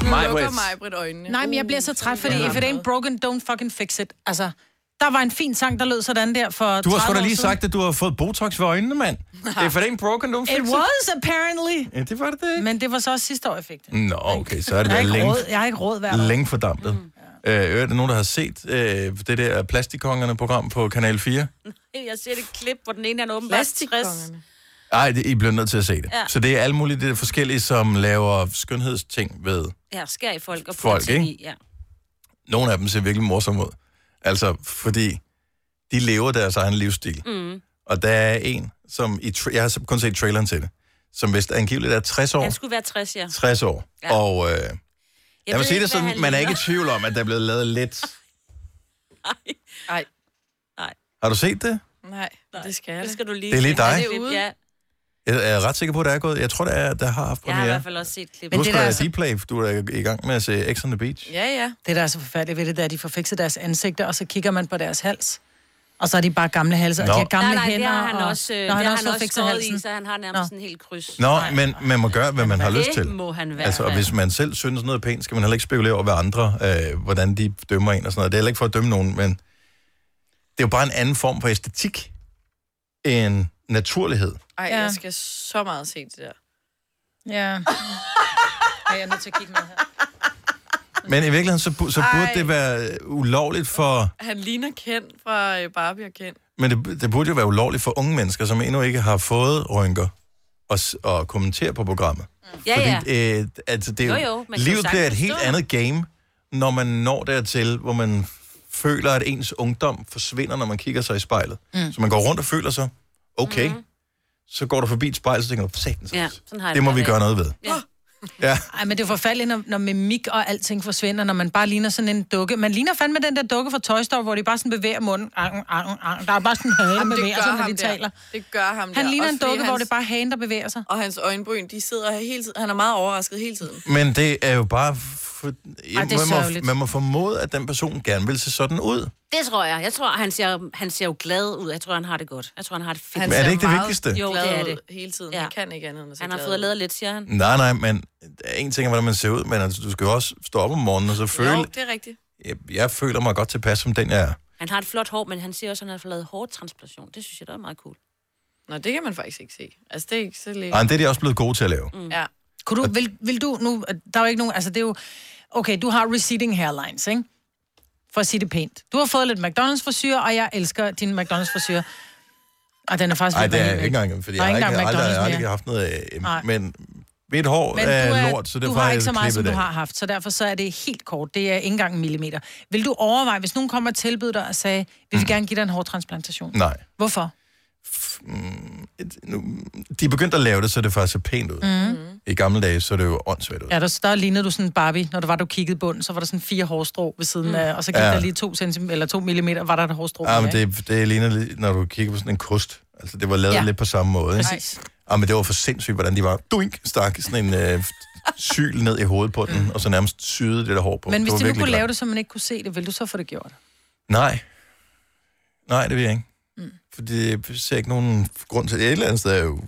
Speaker 5: Nu
Speaker 1: Maj-Brit.
Speaker 5: lukker Majbrit øjnene.
Speaker 6: Nej, men jeg bliver så træt, fordi
Speaker 5: Ja.
Speaker 6: if it ain't broken, don't fucking fix it. Altså, der var en fin sang, der lød sådan der for
Speaker 1: Du har
Speaker 6: 30
Speaker 1: sgu da
Speaker 6: år
Speaker 1: lige
Speaker 6: siden.
Speaker 1: sagt, at du har fået Botox ved øjnene, mand. Det er for den broken, du
Speaker 6: It was, apparently.
Speaker 1: Ja, det var det ikke.
Speaker 6: Men det var så også sidste år, jeg fik det.
Speaker 1: Nå, okay, så er det
Speaker 6: jeg,
Speaker 1: der
Speaker 6: har ikke
Speaker 1: længe,
Speaker 6: råd, jeg har ikke råd hver år.
Speaker 1: længe fordampet. Mm. Øh, er der nogen, der har set øh, det der Plastikongerne-program på Kanal 4?
Speaker 4: Jeg ser et klip, hvor den ene er åbenbart 60.
Speaker 1: Nej, I bliver nødt til at se det.
Speaker 4: Ja.
Speaker 1: Ja. Så det er alle mulige det er forskellige, som laver skønhedsting ved.
Speaker 4: Ja, skær i folk og putter
Speaker 1: Folk,
Speaker 4: ting
Speaker 1: ikke?
Speaker 4: i, Ja.
Speaker 1: Nogle af dem ser virkelig morsomme ud. Altså, fordi de lever deres egen livsstil.
Speaker 4: Mm.
Speaker 1: Og der er en, som i tra- jeg har kun set traileren til det, som vist angiveligt er 60 år.
Speaker 4: Han skulle være 60, ja.
Speaker 1: 60 år.
Speaker 4: Ja.
Speaker 1: Ja. Og øh,
Speaker 4: ved
Speaker 1: jeg vil sige
Speaker 4: ikke,
Speaker 1: det
Speaker 4: hvad han
Speaker 1: sådan, man er
Speaker 4: ligner.
Speaker 1: ikke i tvivl om, at der er blevet lavet lidt.
Speaker 5: Nej.
Speaker 1: Har du set det?
Speaker 5: Nej, det skal jeg. Det
Speaker 4: skal du lige.
Speaker 1: Det er lige dig.
Speaker 4: Ja, det er ude. Ja,
Speaker 1: Jeg er ret sikker på, at der er gået. Jeg tror, der, er, der har haft
Speaker 4: jeg har i
Speaker 1: premiere.
Speaker 4: hvert fald også set
Speaker 1: Du
Speaker 4: klippet.
Speaker 1: husker, der er Dplay, du er i gang med at se X on the Beach.
Speaker 5: Ja, ja.
Speaker 6: Det, der er så forfærdeligt ved det, det er, at de får fikset deres ansigter, og så kigger man på deres hals. Og så er de bare gamle halser, og
Speaker 1: Nå.
Speaker 6: de har gamle
Speaker 4: nej, nej,
Speaker 6: hænder.
Speaker 4: det har han
Speaker 6: og...
Speaker 4: også, øh,
Speaker 6: Nå,
Speaker 4: det
Speaker 6: han
Speaker 4: har
Speaker 6: har også
Speaker 4: han
Speaker 6: fået
Speaker 4: også
Speaker 6: fikset
Speaker 4: skåret
Speaker 6: halsen.
Speaker 4: i, så han har nærmest en hel kryds.
Speaker 1: Nå, men man må gøre, hvad man har
Speaker 4: Det
Speaker 1: lyst til.
Speaker 4: må han i hvert
Speaker 1: Altså, og
Speaker 4: fald.
Speaker 1: hvis man selv synes noget er pænt, skal man heller ikke spekulere over, hvad andre, øh, hvordan de dømmer en og sådan noget. Det er heller ikke for at dømme nogen, men det er jo bare en anden form for æstetik end naturlighed.
Speaker 5: Ej,
Speaker 6: Ja.
Speaker 5: jeg skal så meget se det der.
Speaker 6: Ja. Ej, jeg er nødt til at kigge med her.
Speaker 1: Men i virkeligheden, så, bu- så burde
Speaker 5: Ej.
Speaker 1: det være ulovligt for...
Speaker 5: Han ligner Ken fra øh, Barbie og Ken.
Speaker 1: Men det, det burde jo være ulovligt for unge mennesker, som endnu ikke har fået rynker, og, s- og kommentere på programmet.
Speaker 4: Ja, ja.
Speaker 1: Fordi, øh, altså, det er jo,
Speaker 4: Jo, jo,
Speaker 1: jo,
Speaker 4: man kan jo
Speaker 1: livet bliver et
Speaker 4: sagtens
Speaker 1: helt
Speaker 4: forstå
Speaker 1: andet game, når man når dertil, hvor man f- føler, at ens ungdom forsvinder, når man kigger sig i spejlet.
Speaker 4: Mm.
Speaker 1: Mm. Så man går rundt og føler sig, okay, mm. så går du forbi et spejl, så tænker du, satans,
Speaker 6: Ja,
Speaker 1: ja,
Speaker 6: sådan har jeg
Speaker 1: det må
Speaker 6: det
Speaker 1: vi
Speaker 6: med.
Speaker 1: gøre noget ved.
Speaker 4: Ja.
Speaker 1: Ja.
Speaker 6: Ej, men det er forfærdeligt, når, når mimik og alting forsvinder, når man bare ligner sådan en dukke. Man ligner fandme den der dukke fra Toy Story, hvor de bare sådan bevæger munden. Ang, ang, ang. Der er bare sådan en hale
Speaker 5: Jamen, det
Speaker 6: bevæger
Speaker 5: gør
Speaker 6: sig, når
Speaker 5: ham
Speaker 6: de
Speaker 5: der.
Speaker 6: taler.
Speaker 5: Det gør ham
Speaker 6: Han
Speaker 5: der.
Speaker 6: ligner
Speaker 5: Også
Speaker 6: en
Speaker 5: fordi
Speaker 6: dukke, hvor
Speaker 5: hans-
Speaker 6: det bare er hagen, der bevæger sig.
Speaker 5: Og hans øjenbryn, de sidder her hele tiden. Han er meget overrasket hele tiden.
Speaker 1: Men det er jo bare... For,
Speaker 5: Ej, det er
Speaker 1: man, må,
Speaker 5: sørgeligt.
Speaker 1: man må formode, at den person gerne vil se sådan ud.
Speaker 4: Det tror jeg. Jeg tror, han ser, han ser jo glad ud. Jeg tror, han har det godt. Jeg tror, han har det fedt.
Speaker 1: Han Men er det ser ikke det meget vigtigste?
Speaker 4: Jo,
Speaker 5: glad
Speaker 4: det er
Speaker 5: ud
Speaker 4: det.
Speaker 5: hele tiden. Ja. Han kan ikke andet end at se
Speaker 4: Han har
Speaker 5: glad
Speaker 4: fået
Speaker 5: ud.
Speaker 4: lavet lidt, siger han.
Speaker 1: Nej, nej, men en ting er, hvordan man ser ud, men altså, du skal jo også stå op om morgenen og så føle...
Speaker 4: Jo, det er rigtigt.
Speaker 1: Jeg, jeg føler mig godt tilpas, som den jeg er.
Speaker 4: Han har et flot hår, men han siger også, at han har fået lavet hårtransplantation. Det synes jeg, der er meget cool.
Speaker 5: Nå, det kan man faktisk ikke se. Altså, det er ikke så Mm. længe.
Speaker 1: Ej, men det er de også blevet gode til at
Speaker 6: Mm.
Speaker 1: lave.
Speaker 5: Ja.
Speaker 6: Kunne du, vil, vil du nu, der er jo ikke nogen, altså det er jo, okay, du har receding hairlines, ikke? For at sige det pænt. Du har fået lidt mcdonalds frisyr og jeg elsker din mcdonalds frisyr Og den er faktisk... ved
Speaker 1: Nej,
Speaker 6: at
Speaker 1: det er
Speaker 6: være
Speaker 1: jeg
Speaker 6: helt
Speaker 1: ikke
Speaker 6: væk.
Speaker 1: engang, fordi
Speaker 6: Der
Speaker 1: jeg
Speaker 6: er
Speaker 1: har
Speaker 6: ikke
Speaker 1: ikke,
Speaker 6: engang
Speaker 1: aldrig,
Speaker 6: McDonald's
Speaker 1: aldrig,
Speaker 6: mere.
Speaker 1: haft noget... Øh,
Speaker 6: Nej.
Speaker 1: men mit hår
Speaker 6: Men du,
Speaker 1: er
Speaker 6: er,
Speaker 1: lort, så
Speaker 6: du
Speaker 1: derfor
Speaker 6: har
Speaker 1: har
Speaker 6: ikke så meget, som
Speaker 1: klippet
Speaker 6: du
Speaker 1: det.
Speaker 6: har haft, så derfor så er det helt kort. Det er ikke engang en millimeter. Vil du overveje, hvis nogen kommer og tilbyder dig og sagde, vi vil gerne give dig en hårtransplantation?
Speaker 1: Mm. Nej. Mm,
Speaker 6: Hvorfor?
Speaker 1: De er begyndt at lave det, så det faktisk ser pænt ud. Mm. I gamle dage, så er det jo åndssvagt ud.
Speaker 6: Ja, der, der lignede du sådan en Barbie, når du var, du kiggede bunden, så var der sådan fire hårstrå ved siden af, og så gik ja.
Speaker 1: Ja.
Speaker 6: der lige to, centimeter, eller to millimeter, var der et hårstrå.
Speaker 1: Ja, Ah, men
Speaker 6: mere, ikke?
Speaker 1: det, det ligner lidt, når du kigger på sådan en kost. Altså, det var lavet
Speaker 6: Ja.
Speaker 1: ja. lidt på samme måde. ikke?
Speaker 6: Præcis.
Speaker 1: Ja, Ah, men det var for sindssygt, hvordan de var duink, stak sådan en øh, syl ned i hovedet på den, og så nærmest syede det der hår på.
Speaker 6: Men hvis
Speaker 1: var
Speaker 6: de nu
Speaker 1: virkelig
Speaker 6: kunne
Speaker 1: grimt.
Speaker 6: lave det, så man ikke kunne se det, ville du så få det gjort?
Speaker 1: Nej. Nej, det vil jeg ikke. Mm. Fordi jeg ser ikke nogen grund til det. Et eller andet sted er jeg jo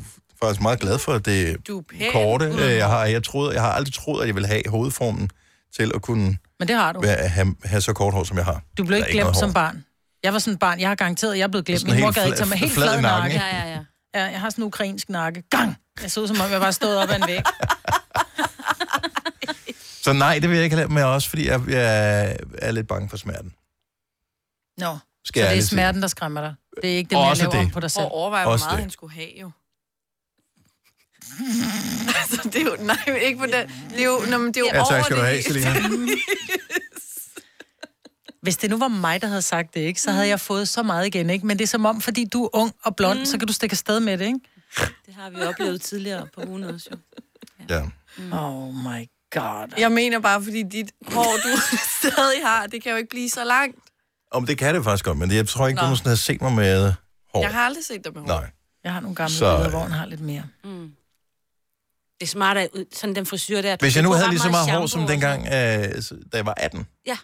Speaker 1: faktisk meget glad for, at det
Speaker 6: Du er pæn.
Speaker 1: korte.
Speaker 6: Mm.
Speaker 1: Øh, Jeg har, jeg, troede, jeg har aldrig troet, at jeg ville have hovedformen til at kunne
Speaker 6: Men det har du.
Speaker 1: være, have, have så kort hår, som jeg har.
Speaker 6: Du blev
Speaker 1: Der er
Speaker 6: ikke, glemt
Speaker 1: noget
Speaker 6: som
Speaker 1: hår.
Speaker 6: barn. Jeg var sådan et barn. Jeg har garanteret, at jeg er blevet glemt.
Speaker 1: Sådan
Speaker 6: Min mor
Speaker 1: helt
Speaker 6: gad ikke
Speaker 1: flad-
Speaker 6: tage mig helt
Speaker 1: flad
Speaker 6: flad,
Speaker 1: i nakken,
Speaker 6: nakke.
Speaker 1: ikke?
Speaker 6: Ja, ja, ja. Ja, jeg har sådan en ukrainsk nakke. Gang! Jeg så ud, som om jeg var stået op ad en væg.
Speaker 1: Så nej, det vil jeg ikke have med også, fordi jeg, jeg er lidt bange for smerten.
Speaker 6: Nå, så
Speaker 1: Skal
Speaker 6: det
Speaker 1: jeg
Speaker 6: er
Speaker 1: ærligt sige.
Speaker 6: smerten, der skræmmer dig. Det er ikke det, man
Speaker 1: Også
Speaker 6: laver om
Speaker 1: det.
Speaker 6: på dig selv.
Speaker 5: Og overvej, hvor
Speaker 1: Også
Speaker 5: meget
Speaker 1: det.
Speaker 5: han skulle have, jo. altså, det er jo... Nej, men ikke på den... Det er jo, nå, men det er jo
Speaker 1: Ja,
Speaker 5: over
Speaker 1: tak skal du
Speaker 5: det
Speaker 1: have,
Speaker 5: hele.
Speaker 1: Selina.
Speaker 6: Hvis det nu var mig, der havde sagt det, ikke, så havde jeg fået så meget igen. Ikke? Men det er som om, fordi du er ung og blond, mm. så kan du stikke afsted med det, ikke?
Speaker 4: Det har vi oplevet tidligere på ugen også, jo.
Speaker 1: Ja.
Speaker 6: Mm. Oh my god.
Speaker 5: Jeg mener bare, fordi dit hår, du stadig har, det kan jo ikke blive så langt.
Speaker 1: Om det kan det faktisk godt, men jeg tror ikke,
Speaker 5: Nå.
Speaker 1: du nogensinde har set mig med hår.
Speaker 5: Jeg har aldrig set dig med hår.
Speaker 1: Nej.
Speaker 6: Jeg har nogle gamle
Speaker 1: Så,
Speaker 6: så,
Speaker 1: øh,
Speaker 6: billeder, hvor hun har lidt mere.
Speaker 4: Mm. Det er smart, at ud- sådan den frisyr der...
Speaker 1: Hvis jeg nu
Speaker 4: Du får
Speaker 1: havde
Speaker 4: ret
Speaker 1: lige så meget
Speaker 4: shampoo
Speaker 1: hår som
Speaker 4: og
Speaker 1: dengang, øh, så- da jeg var 18.
Speaker 4: Ja.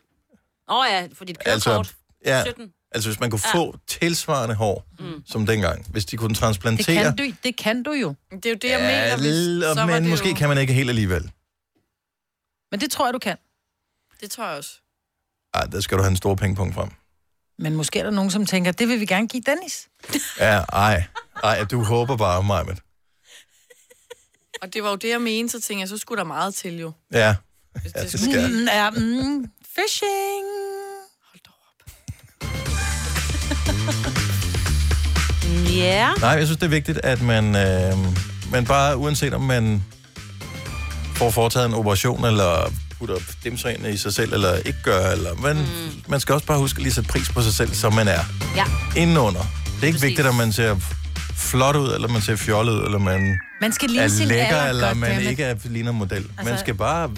Speaker 4: Åh oh, ja, for dit kørekort.
Speaker 1: Altså,
Speaker 4: Altså,
Speaker 1: ja,
Speaker 4: 17.
Speaker 1: altså hvis man kunne få tilsvarende hår
Speaker 4: Mm.
Speaker 1: som dengang, hvis de kunne
Speaker 6: Det
Speaker 1: transplantere.
Speaker 6: kan, du, det kan du jo.
Speaker 5: Det er jo det,
Speaker 1: Ja, l-
Speaker 6: så var
Speaker 1: men
Speaker 6: det
Speaker 1: måske
Speaker 6: jo-
Speaker 1: kan man ikke helt alligevel.
Speaker 6: Men det tror jeg, du kan.
Speaker 5: Det tror jeg også.
Speaker 1: Ej, der skal du have en stor pengepunkt frem.
Speaker 6: Men måske er der nogen, som tænker, det vil vi gerne give Dennis.
Speaker 1: Ja, ej. Ej, du håber bare, Majmet.
Speaker 5: Og det var jo det, jeg mente, så tænkte jeg, så skulle der meget til jo.
Speaker 1: Ja. ja, det skal jeg.
Speaker 6: Mm, ja, mm, fishing.
Speaker 4: Ja.
Speaker 1: Nej, jeg synes, det er vigtigt, at man, øh, man bare, uanset om man får foretaget en operation, eller putter dimser ind i sig selv, eller ikke gør, eller, man, mm. man skal også bare huske at lige sætte pris på sig selv, som man er.
Speaker 4: Ja.
Speaker 1: Indenunder. Det er ikke Præcis. vigtigt, om man ser flot ud, eller man ser fjollet ud, eller man
Speaker 6: Man skal lige
Speaker 1: er
Speaker 6: sin
Speaker 1: lækker,
Speaker 6: alder,
Speaker 1: eller man
Speaker 6: goddammit.
Speaker 1: ikke er, ligner model. Altså, man
Speaker 6: Altså,
Speaker 1: skal bare
Speaker 6: Man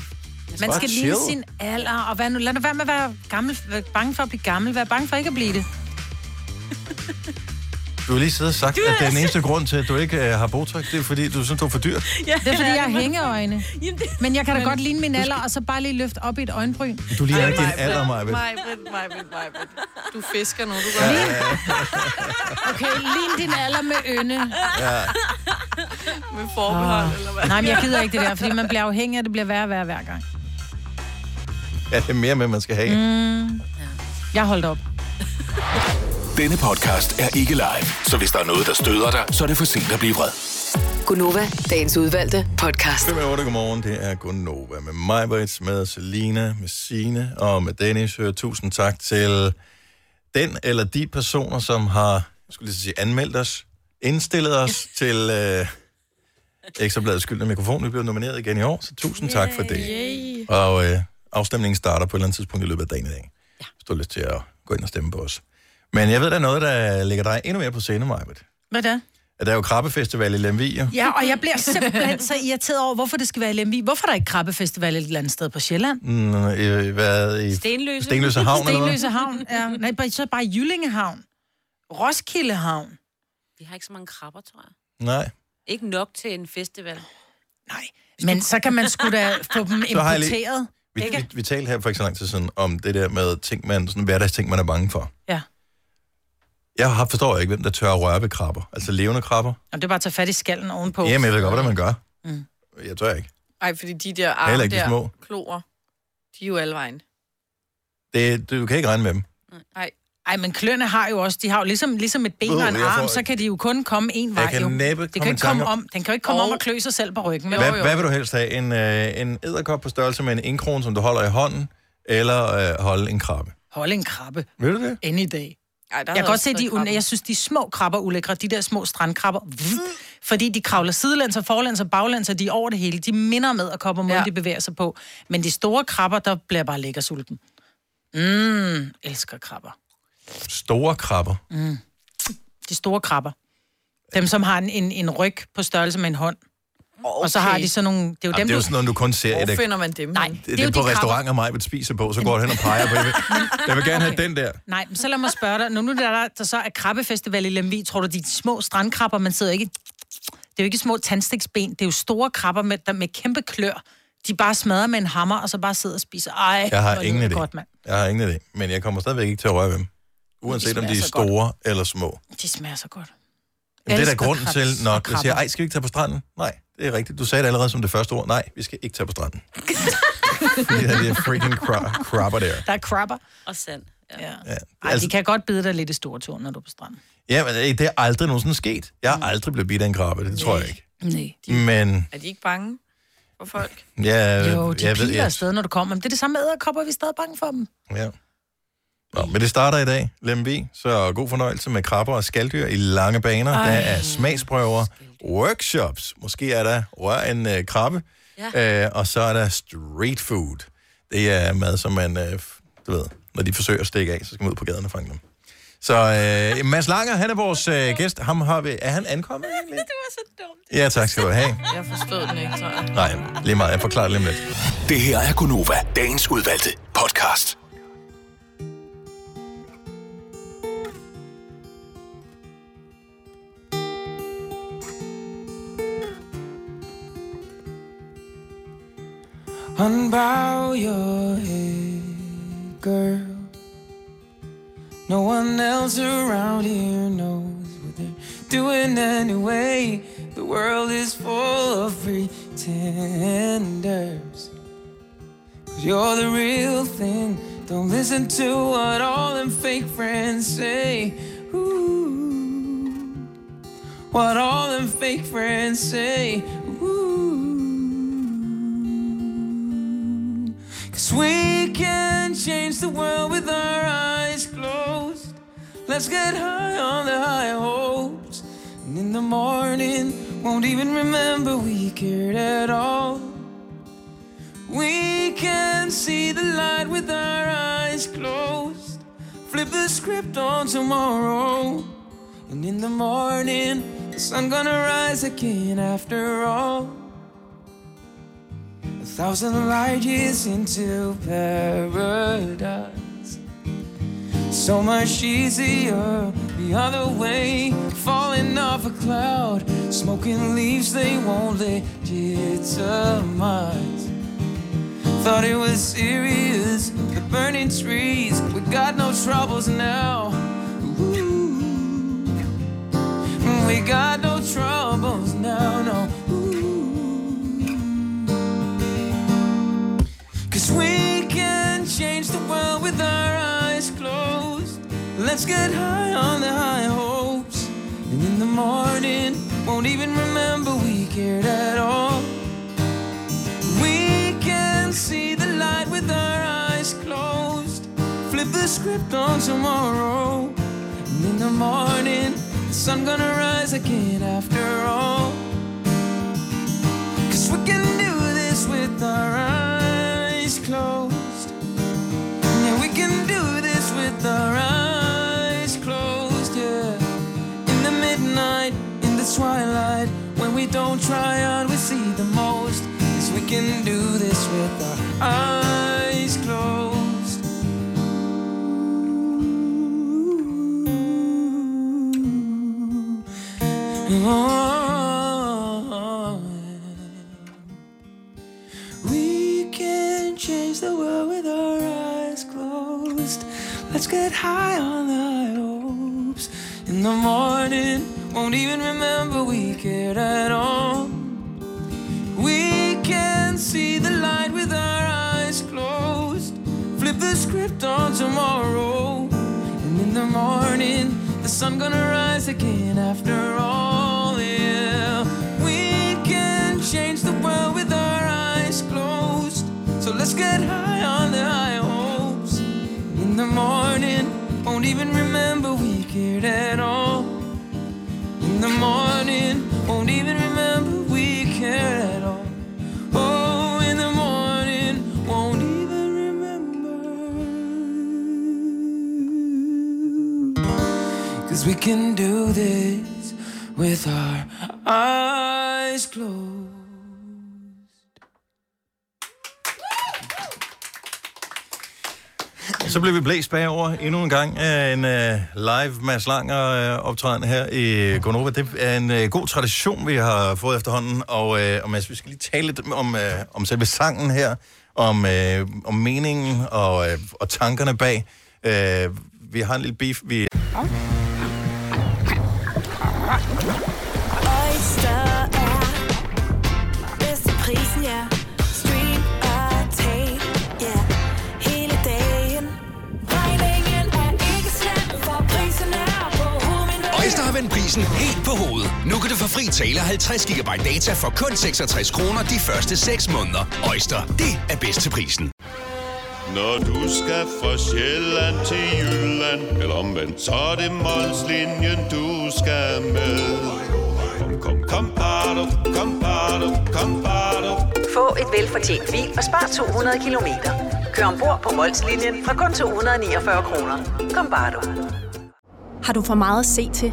Speaker 1: bare
Speaker 6: skal
Speaker 1: chill.
Speaker 6: lige sin alder, og hvad nu, lad nu være med at være, gammel, være bange for at blive gammel. Vær bange for ikke at blive det.
Speaker 1: Du har lige siddet og sagt,
Speaker 6: Du er
Speaker 1: at den
Speaker 6: altså-
Speaker 1: eneste grund til, at du ikke øh, har Botox, det er, fordi du synes, du er for dyr.
Speaker 6: Ja, det er, fordi jeg har hængeøjne. Men jeg kan da
Speaker 5: Men-
Speaker 6: godt ligne min alder, og så bare lige løfte op i et øjenbryn.
Speaker 1: Du ligner
Speaker 5: Ej,
Speaker 1: ikke din
Speaker 5: Maj-Brit,
Speaker 1: alder, Majbet.
Speaker 5: Maj-Brit, Maj-Brit, Maj-Brit. Du fisker nu, du
Speaker 1: Ja,
Speaker 5: går
Speaker 1: ja, ja.
Speaker 6: Okay, lign din alder med ynde.
Speaker 1: Ja.
Speaker 5: med forbehold,
Speaker 6: Åh.
Speaker 5: eller hvad?
Speaker 6: Ah. Nej, men jeg gider ikke det der, fordi man bliver afhængig, og det bliver værre og værre hver gang.
Speaker 1: Ja, det er mere med, man skal have. Mm.
Speaker 6: Jeg holdt op.
Speaker 8: Denne podcast er ikke live, så hvis der er noget, der støder dig, så er det for sent at blive vred.
Speaker 7: Gunova, dagens udvalgte podcast.
Speaker 1: 5 8 godmorgen, det er Gunnova med Majbrits, med Selina, med Sine og med Dennis. Øh, Tusind tak til den eller de personer, som har jeg skulle lige til at sige, anmeldt os, indstillet os til øh, Ekstrabladets skyldende mikrofon. Vi blev nomineret igen i år, så tusind tak for det.
Speaker 5: Yay.
Speaker 1: Og øh, afstemningen starter på et eller andet tidspunkt i løbet af dagen i dag. Ja. Hvis du har lyst til at gå ind og stemme på os. Men jeg ved, der er noget, der ligger dig endnu mere på scene, Majbrit.
Speaker 6: Hvad da?
Speaker 1: At Der er jo krabbefestival i Lemvig, jo.
Speaker 6: Ja, og jeg bliver simpelthen så irriteret over, hvorfor det skal være i Lemvig. Hvorfor er der ikke krabbefestival et eller andet sted på Sjælland?
Speaker 1: Mm, i, hvad, i
Speaker 6: Stenløse.
Speaker 1: Stenløse Havn, eller hvad?
Speaker 6: Stenløse Havn, ja. Nej, bare- så bare Jyllingehavn. Roskilde Havn.
Speaker 4: Vi har ikke så mange krabber, tror jeg.
Speaker 1: Nej.
Speaker 4: Ikke nok til en festival.
Speaker 6: Men så kan man sgu da få dem
Speaker 1: Så har jeg lige-
Speaker 6: importeret.
Speaker 1: Vi,
Speaker 6: Ikke?
Speaker 1: vi, vi talte her for ikke så lang tid siden om det der med ting, man, sådan hverdagsting, man er bange for.
Speaker 6: Ja.
Speaker 1: Jeg har, forstår ikke, hvem der tør at røre ved krabber. Altså levende krabber.
Speaker 6: Jamen, det er bare at tage fat i skallen ovenpå.
Speaker 1: Jamen, jeg ved godt, hvad man gør.
Speaker 6: Mm.
Speaker 1: Jeg tør ikke.
Speaker 5: Ej, fordi de der
Speaker 1: Heller
Speaker 5: arme
Speaker 1: ikke de
Speaker 5: der,
Speaker 1: små.
Speaker 5: kloer, de er jo alle vejen.
Speaker 1: Det, du kan ikke regne med dem.
Speaker 6: Ej. Ej, men kløerne har jo også, de har jo ligesom, ligesom et ben og en
Speaker 1: Uh, jeg får-
Speaker 6: arm, så kan de jo kun komme en vej.
Speaker 1: kan
Speaker 6: jo.
Speaker 1: næppe
Speaker 6: det
Speaker 1: komme
Speaker 6: kan
Speaker 1: i
Speaker 6: ikke komme
Speaker 1: tanker.
Speaker 6: om, den kan jo ikke komme om
Speaker 5: Og-
Speaker 6: og klø sig selv på ryggen. vel?
Speaker 1: Hvad, hvad vil du helst have? En, øh, en æderkop på størrelse med en indkron, som du holder i hånden, eller øh, holde en krabbe?
Speaker 6: Hold en krabbe.
Speaker 1: Vil du det?
Speaker 6: Any day.
Speaker 5: Ej, der
Speaker 6: Jeg kan godt se, de, un- jeg synes, de små krabber er ulækre, de der små strandkrabber, Vvv. fordi de kravler sidelæns og forlæns og baglæns, og de er over det hele. De minder med at komme måden, ja. de bevæger sig på. Men de store krabber, der bliver jeg bare lækker sulten. Mm, elsker krabber.
Speaker 1: Store krabber.
Speaker 6: Mm. De store krabber. Dem, som har en, en, en ryg på størrelse med en hånd. Okay. Og så har de sådan nogle... Det er jo
Speaker 1: Jamen,
Speaker 6: dem,
Speaker 1: det er jo
Speaker 6: du-
Speaker 1: sådan noget, du kun ser i det.
Speaker 5: man dem? Nej,
Speaker 1: Det, det, det er på
Speaker 6: de
Speaker 1: restauranter, mig vil spise på, så går du hen og peger på. Jeg vil, jeg vil gerne have den der.
Speaker 6: Nej, men så lad mig spørge dig. Når nu der, der, der så er krabbefestival i Lemvig, tror du, de små strandkrabber, man sidder ikke... Det er jo ikke små tandstiksben, det er jo store krabber med, der, med kæmpe klør. De bare smadrer med en hammer, og så bare sidder og spiser. Ej,
Speaker 1: Jeg har
Speaker 6: hvor
Speaker 1: ingen
Speaker 6: lyder
Speaker 1: idé.
Speaker 6: det Godt, mand.
Speaker 1: Jeg har ingen idé, men jeg kommer stadigvæk ikke til at røre ved dem. Uanset om de er
Speaker 6: smager så godt.
Speaker 1: store godt. eller små.
Speaker 6: De smager så godt.
Speaker 1: Jamen, det er da
Speaker 6: Elsker
Speaker 1: grunden
Speaker 6: krebs
Speaker 1: til
Speaker 6: og
Speaker 1: nok. Jeg siger,
Speaker 6: krabber.
Speaker 1: ej, skal vi ikke tage på stranden? Nej, det er rigtigt. Du sagde det allerede som det første ord. Nej, vi skal ikke tage på stranden. Fordi der er de her freaking kra- krabber der.
Speaker 6: Der er krabber.
Speaker 4: Og sand. Ja.
Speaker 6: ja.
Speaker 1: Ja,
Speaker 6: Ej, altså... de kan godt bide dig lidt i store tårn, når du er på stranden.
Speaker 1: ja men øh, det er aldrig nogensinde sket. Jeg har aldrig blevet bidt af en krabbe, det tror jeg ikke.
Speaker 6: Nej.
Speaker 1: Men
Speaker 5: Er de ikke bange for folk?
Speaker 1: ja,
Speaker 6: Jo, de
Speaker 1: jeg
Speaker 6: piler
Speaker 1: ved, jeg,
Speaker 6: afsted, når du kommer. Men det er det samme med æderkopper, vi er stadig bange for dem.
Speaker 1: ja. Nå, men det starter i dag, Lemby, så god fornøjelse med krabber og skalddyr i lange baner. Ej.
Speaker 6: Ej.
Speaker 1: Der er smagsprøver, workshops, måske er der rør en øh, krabbe,
Speaker 4: Ja.
Speaker 1: Øh, og så er der street food. Det er mad, som man, øh, f- du ved, når de forsøger at stikke af, så skal man ud på gaden og fange dem. Så øh, Mads Langer, han er vores øh, gæst. Ham har vi... Er han ankommet egentlig?
Speaker 6: Det var så dumt.
Speaker 1: Ja, tak skal du have.
Speaker 6: Jeg forstod den ikke, tror jeg.
Speaker 1: Nej, lige meget. Jeg forklarer det lige om lidt.
Speaker 8: Det her er Gunova, dagens udvalgte podcast.
Speaker 19: Unbow your head, girl. No one else around here knows what they're doing anyway. The world is full of pretenders. But you're the real thing. Don't listen to what all them fake friends say. Ooh. What all them fake friends say. Cause we can change the world with our eyes closed. Let's get high on the high hopes. And in the morning, won't even remember we cared at all. We can see the light with our eyes closed. Flip the script on tomorrow. And in the morning, the sun gonna rise again after all. A thousand light years into paradise. So much easier the other way. Falling off a cloud, smoking leaves they won't legitimize. Thought it was serious, the burning trees. We got no troubles now. Ooh. We got no troubles now, no. Cause we can change the world with our eyes closed. Let's get high on the high hopes. And in the morning, won't even remember we cared at all. We can see the light with our eyes closed. Flip the script on tomorrow. And in the morning, the sun gonna rise again after all. Cause we can do this with our eyes closed. Yeah, we can do this with our eyes closed, yeah. In the midnight, in the twilight, when we don't try on, we see the most. Cause we can do this with our eyes closed. Oh. We can change the world with our eyes closed. Let's get high on the high hopes. In the morning, won't even remember we cared at all. We can see the light with our eyes closed. Flip the script on tomorrow. And in the morning, the sun gonna rise again after all. Yeah. We can change the world with our eyes closed. So let's get high on the high hopes. In the morning, won't even remember we cared at all. In the morning, won't even remember we cared at all. Oh, in the morning, won't even remember. Cause we can do this with our eyes closed.
Speaker 1: Så blev vi blæst bagover endnu en gang af en øh, live Mads Langer øh, optræden her i Gonova. Det er en øh, god tradition, vi har fået efterhånden. Og, øh, og Mads, vi skal lige tale lidt om, øh, om selve sangen her, om, øh, om meningen og, øh, og tankerne bag. Øh, vi har en lille beef. Vi...
Speaker 20: Oyster er bedst til prisen, ja. Stream og tag, ja. Hele dagen. Regningen er ikke slem, for prisen er på hovedet.
Speaker 21: Øjster har vendt prisen helt på hovedet. Nu kan du få fri tale og 50 GB data for kun 66 kroner de første 6 måneder. Øjster, det er bedst til prisen.
Speaker 22: Når du skal fra Sjælland til Jylland, eller omvendt, så er det Molslinjen, du skal med. Kom, kom, kom, bado, kom, bado, kom, bado.
Speaker 23: Få et velfortjent bil og spar 200 kilometer.
Speaker 3: Kør ombord på Molslinjen fra kun 249 kroner. Kom bare du.
Speaker 9: Har du for meget at se til?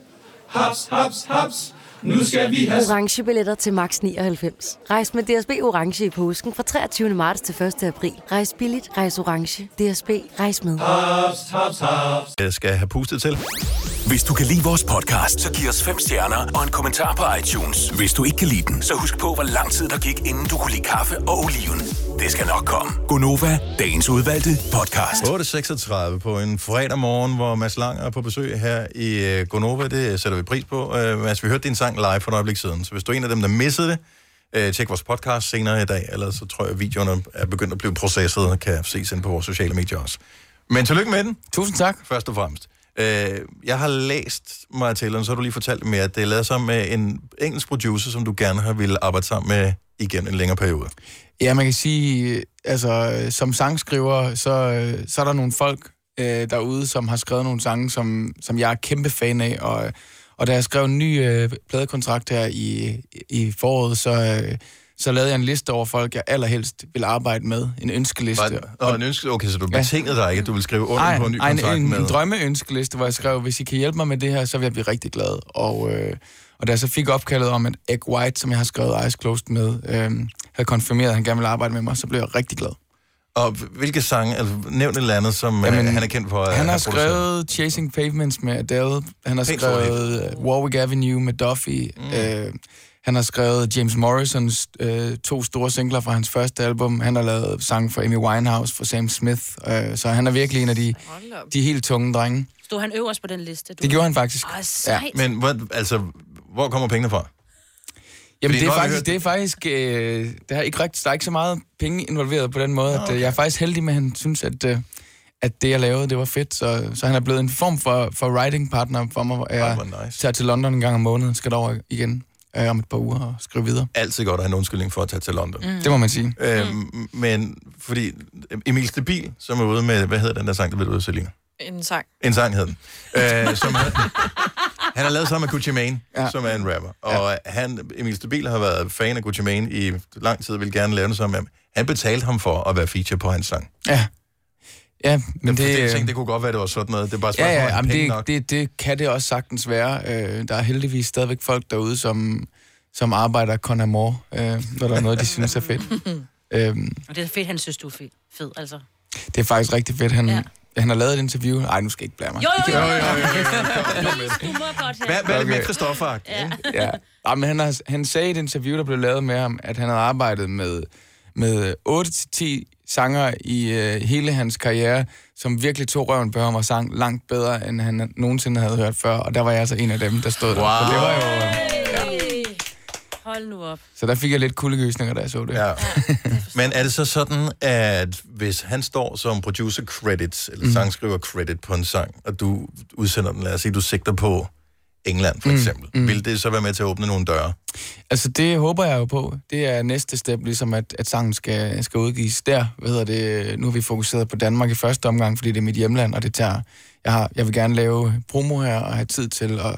Speaker 11: Haps, haps, haps. Nu skal vi have...
Speaker 12: orange billetter til max 99. Rejs med DSB orange i påsken fra 23. marts til 1. april. Rejs billigt, rejs orange. DSB rejs med.
Speaker 11: Haps, haps, haps.
Speaker 1: Jeg skal have pustet til.
Speaker 8: Hvis du kan lide vores podcast, så giv os fem stjerner og en kommentar på iTunes. Hvis du ikke kan lide den, så husk på, hvor lang tid der gik, inden du kunne lide kaffe og oliven. Det skal nok komme.
Speaker 1: Gonova, dagens udvalgte podcast. 8.36 på en fredag morgen, hvor Mads Lang er på besøg her i øh, Gonova. Det sætter vi pris på. Øh, Mads, vi hørte din sang live for et øjeblik siden, så hvis du er en af dem, der missede det, øh, tjek vores podcast senere i dag, ellers så tror jeg, at videoerne er begyndt at blive processet og kan ses ind på vores sociale medier også. Men tillykke med den. Tusind tak. Først og fremmest. Øh, jeg har læst mig til, og så har du lige fortalt mig, at det er lavet sammen med en engelsk producer, som du gerne har ville arbejde sammen med igennem en længere periode.
Speaker 23: Ja, man kan sige, øh, altså øh, som sangskriver, så, øh, så er der nogle folk øh, derude, som har skrevet nogle sange, som, som jeg er kæmpe fan af, og, øh, og da jeg skrev en ny øh, pladekontrakt her i, i foråret, så, øh, så lavede jeg en liste over folk, jeg allerhelst vil arbejde med, en ønskeliste.
Speaker 1: Var, og en ønske, okay, så du
Speaker 23: Ja.
Speaker 1: betingede dig ikke, at du ville skrive under
Speaker 23: Ej,
Speaker 1: på en ny
Speaker 23: ej,
Speaker 1: kontrakt
Speaker 23: en,
Speaker 1: med...
Speaker 23: en drømmeønskeliste, hvor jeg skrev, hvis I kan hjælpe mig med det her, så vil jeg blive rigtig glad. Og, øh, og da jeg så fik opkaldet om, at Egg White, som jeg har skrevet Eyes Closed med, øh, havde konfirmeret, at han gerne ville arbejde med mig, så blev jeg rigtig glad.
Speaker 1: Og hvilke sange, altså nævn et eller andet, som Jamen,
Speaker 23: Jamen,
Speaker 1: han er kendt for at
Speaker 23: Han har
Speaker 1: have produceret.
Speaker 23: skrevet Chasing Pavements med Adele. Han har
Speaker 1: Pænt
Speaker 23: skrevet øh, Warwick Avenue med Duffy. Mm. Øh, han har skrevet James Morrisons øh, to store singler fra hans første album. Han har lavet sange for Amy Winehouse, for Sam Smith. Øh, så han er virkelig en af de, de helt tunge drenge.
Speaker 4: Stod han øverst på den liste? Du?
Speaker 23: Det gjorde han faktisk.
Speaker 4: Ej, sejt. Ja.
Speaker 1: Men hvor, altså, hvor kommer pengene fra?
Speaker 23: Jamen,
Speaker 1: Fordi
Speaker 23: det er,
Speaker 1: nu har vi
Speaker 23: faktisk, det er faktisk... Øh, der, er ikke rigtig, der er ikke så meget penge involveret på den måde. Okay. At, øh, jeg er faktisk heldig med, at han synes, at, øh, at det, jeg lavede, det var fedt. Så, så han er blevet en form for, for writing partner for mig. hvor Jeg nice. tager til London en gang om måneden, skal derover igen øh, om et par uger og skrive videre.
Speaker 1: Altid godt at have en undskyldning for at tage til London.
Speaker 23: Mm. Det må man sige.
Speaker 1: Øhm, men fordi øh, Emil Stabil, som er ude med, hvad hedder den der sang, der blev ude, Selina?
Speaker 5: En sang.
Speaker 1: En sang hed den. Øh, som han, han har lavet sammen med Gucci Mane, ja. som er en rapper. Og han, Emil Stabil har været fan af Gucci Mane i lang tid, og ville gerne lave noget sammen med ham. Han betalte ham for at være feature på hans sang.
Speaker 23: Ja. Ja, men
Speaker 1: det,
Speaker 23: det... øh,
Speaker 1: jeg tænkte, det kunne godt være, det var sådan noget. Det er bare et spørgsmål,
Speaker 23: Ja, ja,
Speaker 1: om
Speaker 23: jamen,
Speaker 1: penge
Speaker 23: det,
Speaker 1: nok.
Speaker 23: det, det kan det også sagtens være. Øh, der er heldigvis stadigvæk folk derude, som, som arbejder con amor, øh, når der er noget, de synes er fedt. Øhm,
Speaker 4: Og det er fedt, han synes, du er fed, fed altså.
Speaker 23: det er faktisk rigtig fedt. Han, ja. han har lavet et interview. Nej, nu skal jeg ikke blære mig.
Speaker 4: Jo, jo, jo, jo,
Speaker 1: jo, jo,
Speaker 4: Du må godt have.
Speaker 1: Hvad, hvad er det mere
Speaker 23: Okay.
Speaker 1: Christoffer?
Speaker 23: ja. ja. men han, har, han sagde i et interview, der blev lavet med ham, at han havde arbejdet med, med 8-10 sanger i øh, hele hans karriere, som virkelig tog røven på ham og sang langt bedre, end han nogensinde havde hørt før. Og der var jeg altså en af dem, der stod wow. der. Så, det var jo,
Speaker 4: Hey. Hold nu op.
Speaker 23: så der fik jeg lidt kuldegysninger, da jeg så det.
Speaker 1: Ja. Men er det så sådan, at hvis han står som producer credit, eller mm. sangskriver credit på en sang, og du udsender den, lad os sige, du sigter på England for
Speaker 23: Mm,
Speaker 1: eksempel, mm. vil det så være med til at åbne nogle døre?
Speaker 23: Altså, det håber jeg jo på. Det er næste step, ligesom at, at sangen skal, skal udgives der. Hvad hedder det? Nu har vi fokuseret på Danmark i første omgang, fordi det er mit hjemland, og det tager... Jeg, har, jeg vil gerne lave promo her og have tid til at,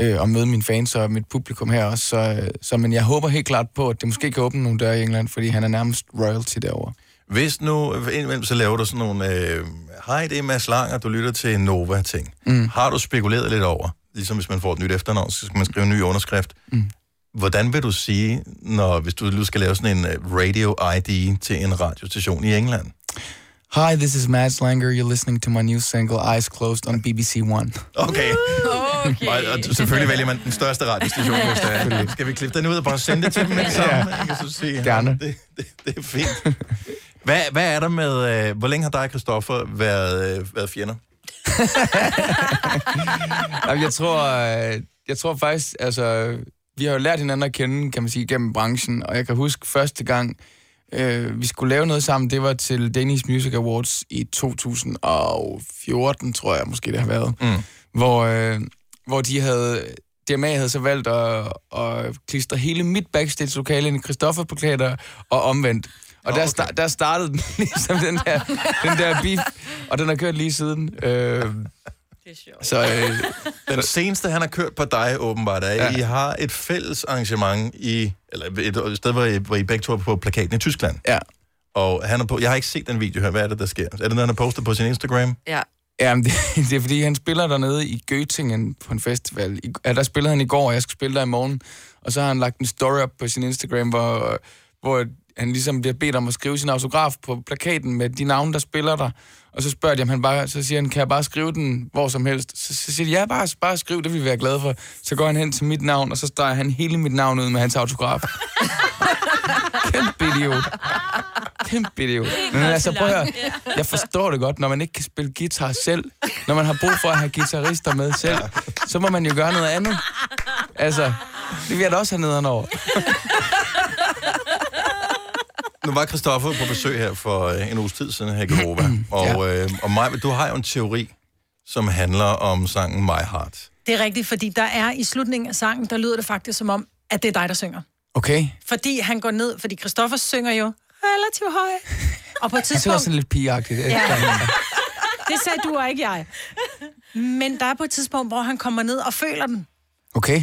Speaker 23: øh, at møde mine fans og mit publikum her også. Så, øh, så, men jeg håber helt klart på, at det måske kan åbne nogle døre i England, fordi han er nærmest royalty derovre.
Speaker 1: Hvis nu, øh, indimellem så laver du sådan nogle, øh, hej, det er Mads Lang, og du lytter til Nova-ting. Mm. Har du spekuleret lidt over, ligesom hvis man får et nyt efternavn, så skal man skrive en ny underskrift. Mm. Hvordan vil du sige, når, hvis du nu skal lave sådan en øh, radio-ID til en radiostation i England?
Speaker 23: Hi, this is Mads Langer. You're listening to my new single, Eyes Closed, on BBC One.
Speaker 1: Okay. okay. Og, og selvfølgelig vælger man den største radiostation, hvis der er. Skal vi klippe den ud og bare sende det til dem med det samme? Jeg kan så sige, Gerne. Det, det, det er fint. Hvad, hvad er der med... Øh, hvor længe har dig og Christoffer været, øh, været fjender?
Speaker 23: Jamen, jeg tror, øh, jeg tror faktisk, altså, vi har jo lært hinanden at kende, kan man sige, gennem branchen, og jeg kan huske første gang, Øh, vi skulle lave noget sammen. Det var til Danish Music Awards i 2014, tror jeg måske det har været.
Speaker 1: Mm.
Speaker 23: Hvor, øh, hvor de havde... DMA havde så valgt at, at klistre hele mit backstage-lokale ind i Christoffer-plakater og omvendt. Og der, sta- der startede den ligesom den der, den der beef, og den har kørt lige siden. Øh, så, øh,
Speaker 1: den seneste, han har kørt på dig, åbenbart, er, ja. I har et fælles arrangement i, eller et, et sted, hvor I, hvor I begge to er på plakaten i Tyskland.
Speaker 23: Ja.
Speaker 1: Og han er på, jeg har ikke set den video her. Hvad er det, der sker? Er det noget, han har postet på sin Instagram?
Speaker 5: Ja.
Speaker 23: Ja, men det, det er fordi, han spiller dernede i Göttingen på en festival. I, ja, der spillede han i går, og jeg skal spille der i morgen. Og så har han lagt en story op på sin Instagram, hvor, hvor han ligesom bliver bedt om at skrive sin autograf på plakaten med de navne, der spiller der. Og så spørger de, om han bare, så siger han, kan jeg bare skrive den hvor som helst? Så, så siger de, ja, bare, bare skriv, det vil vi være glade for. Så går han hen til mit navn, og så streger han hele mit navn ud med hans autograf. Kæmpe idiot. Kæmpe idiot. Men altså, prøv at høre. Jeg forstår det godt, når man ikke kan spille guitar selv, når man har brug for at have guitarister med selv, så må man jo gøre noget andet. Altså, det vil jeg da også have nederen over.
Speaker 1: Nu var Christoffer på besøg her for øh, en uges tid siden her i Genova. Og, øh, og Maj, du har jo en teori, som handler om sangen My Heart.
Speaker 2: Det er rigtigt, fordi der er i slutningen af sangen, der lyder det faktisk som om, at det er dig, der synger.
Speaker 23: Okay?
Speaker 2: Fordi han går ned, fordi Christoffer synger jo relativt høj. Og på et
Speaker 23: Det er
Speaker 2: tidspunkt...
Speaker 23: også lidt pigeagtigt.
Speaker 2: Ja.
Speaker 23: Ja.
Speaker 2: Det sagde du og ikke jeg. Men der er på et tidspunkt, hvor han kommer ned og føler den.
Speaker 23: Okay?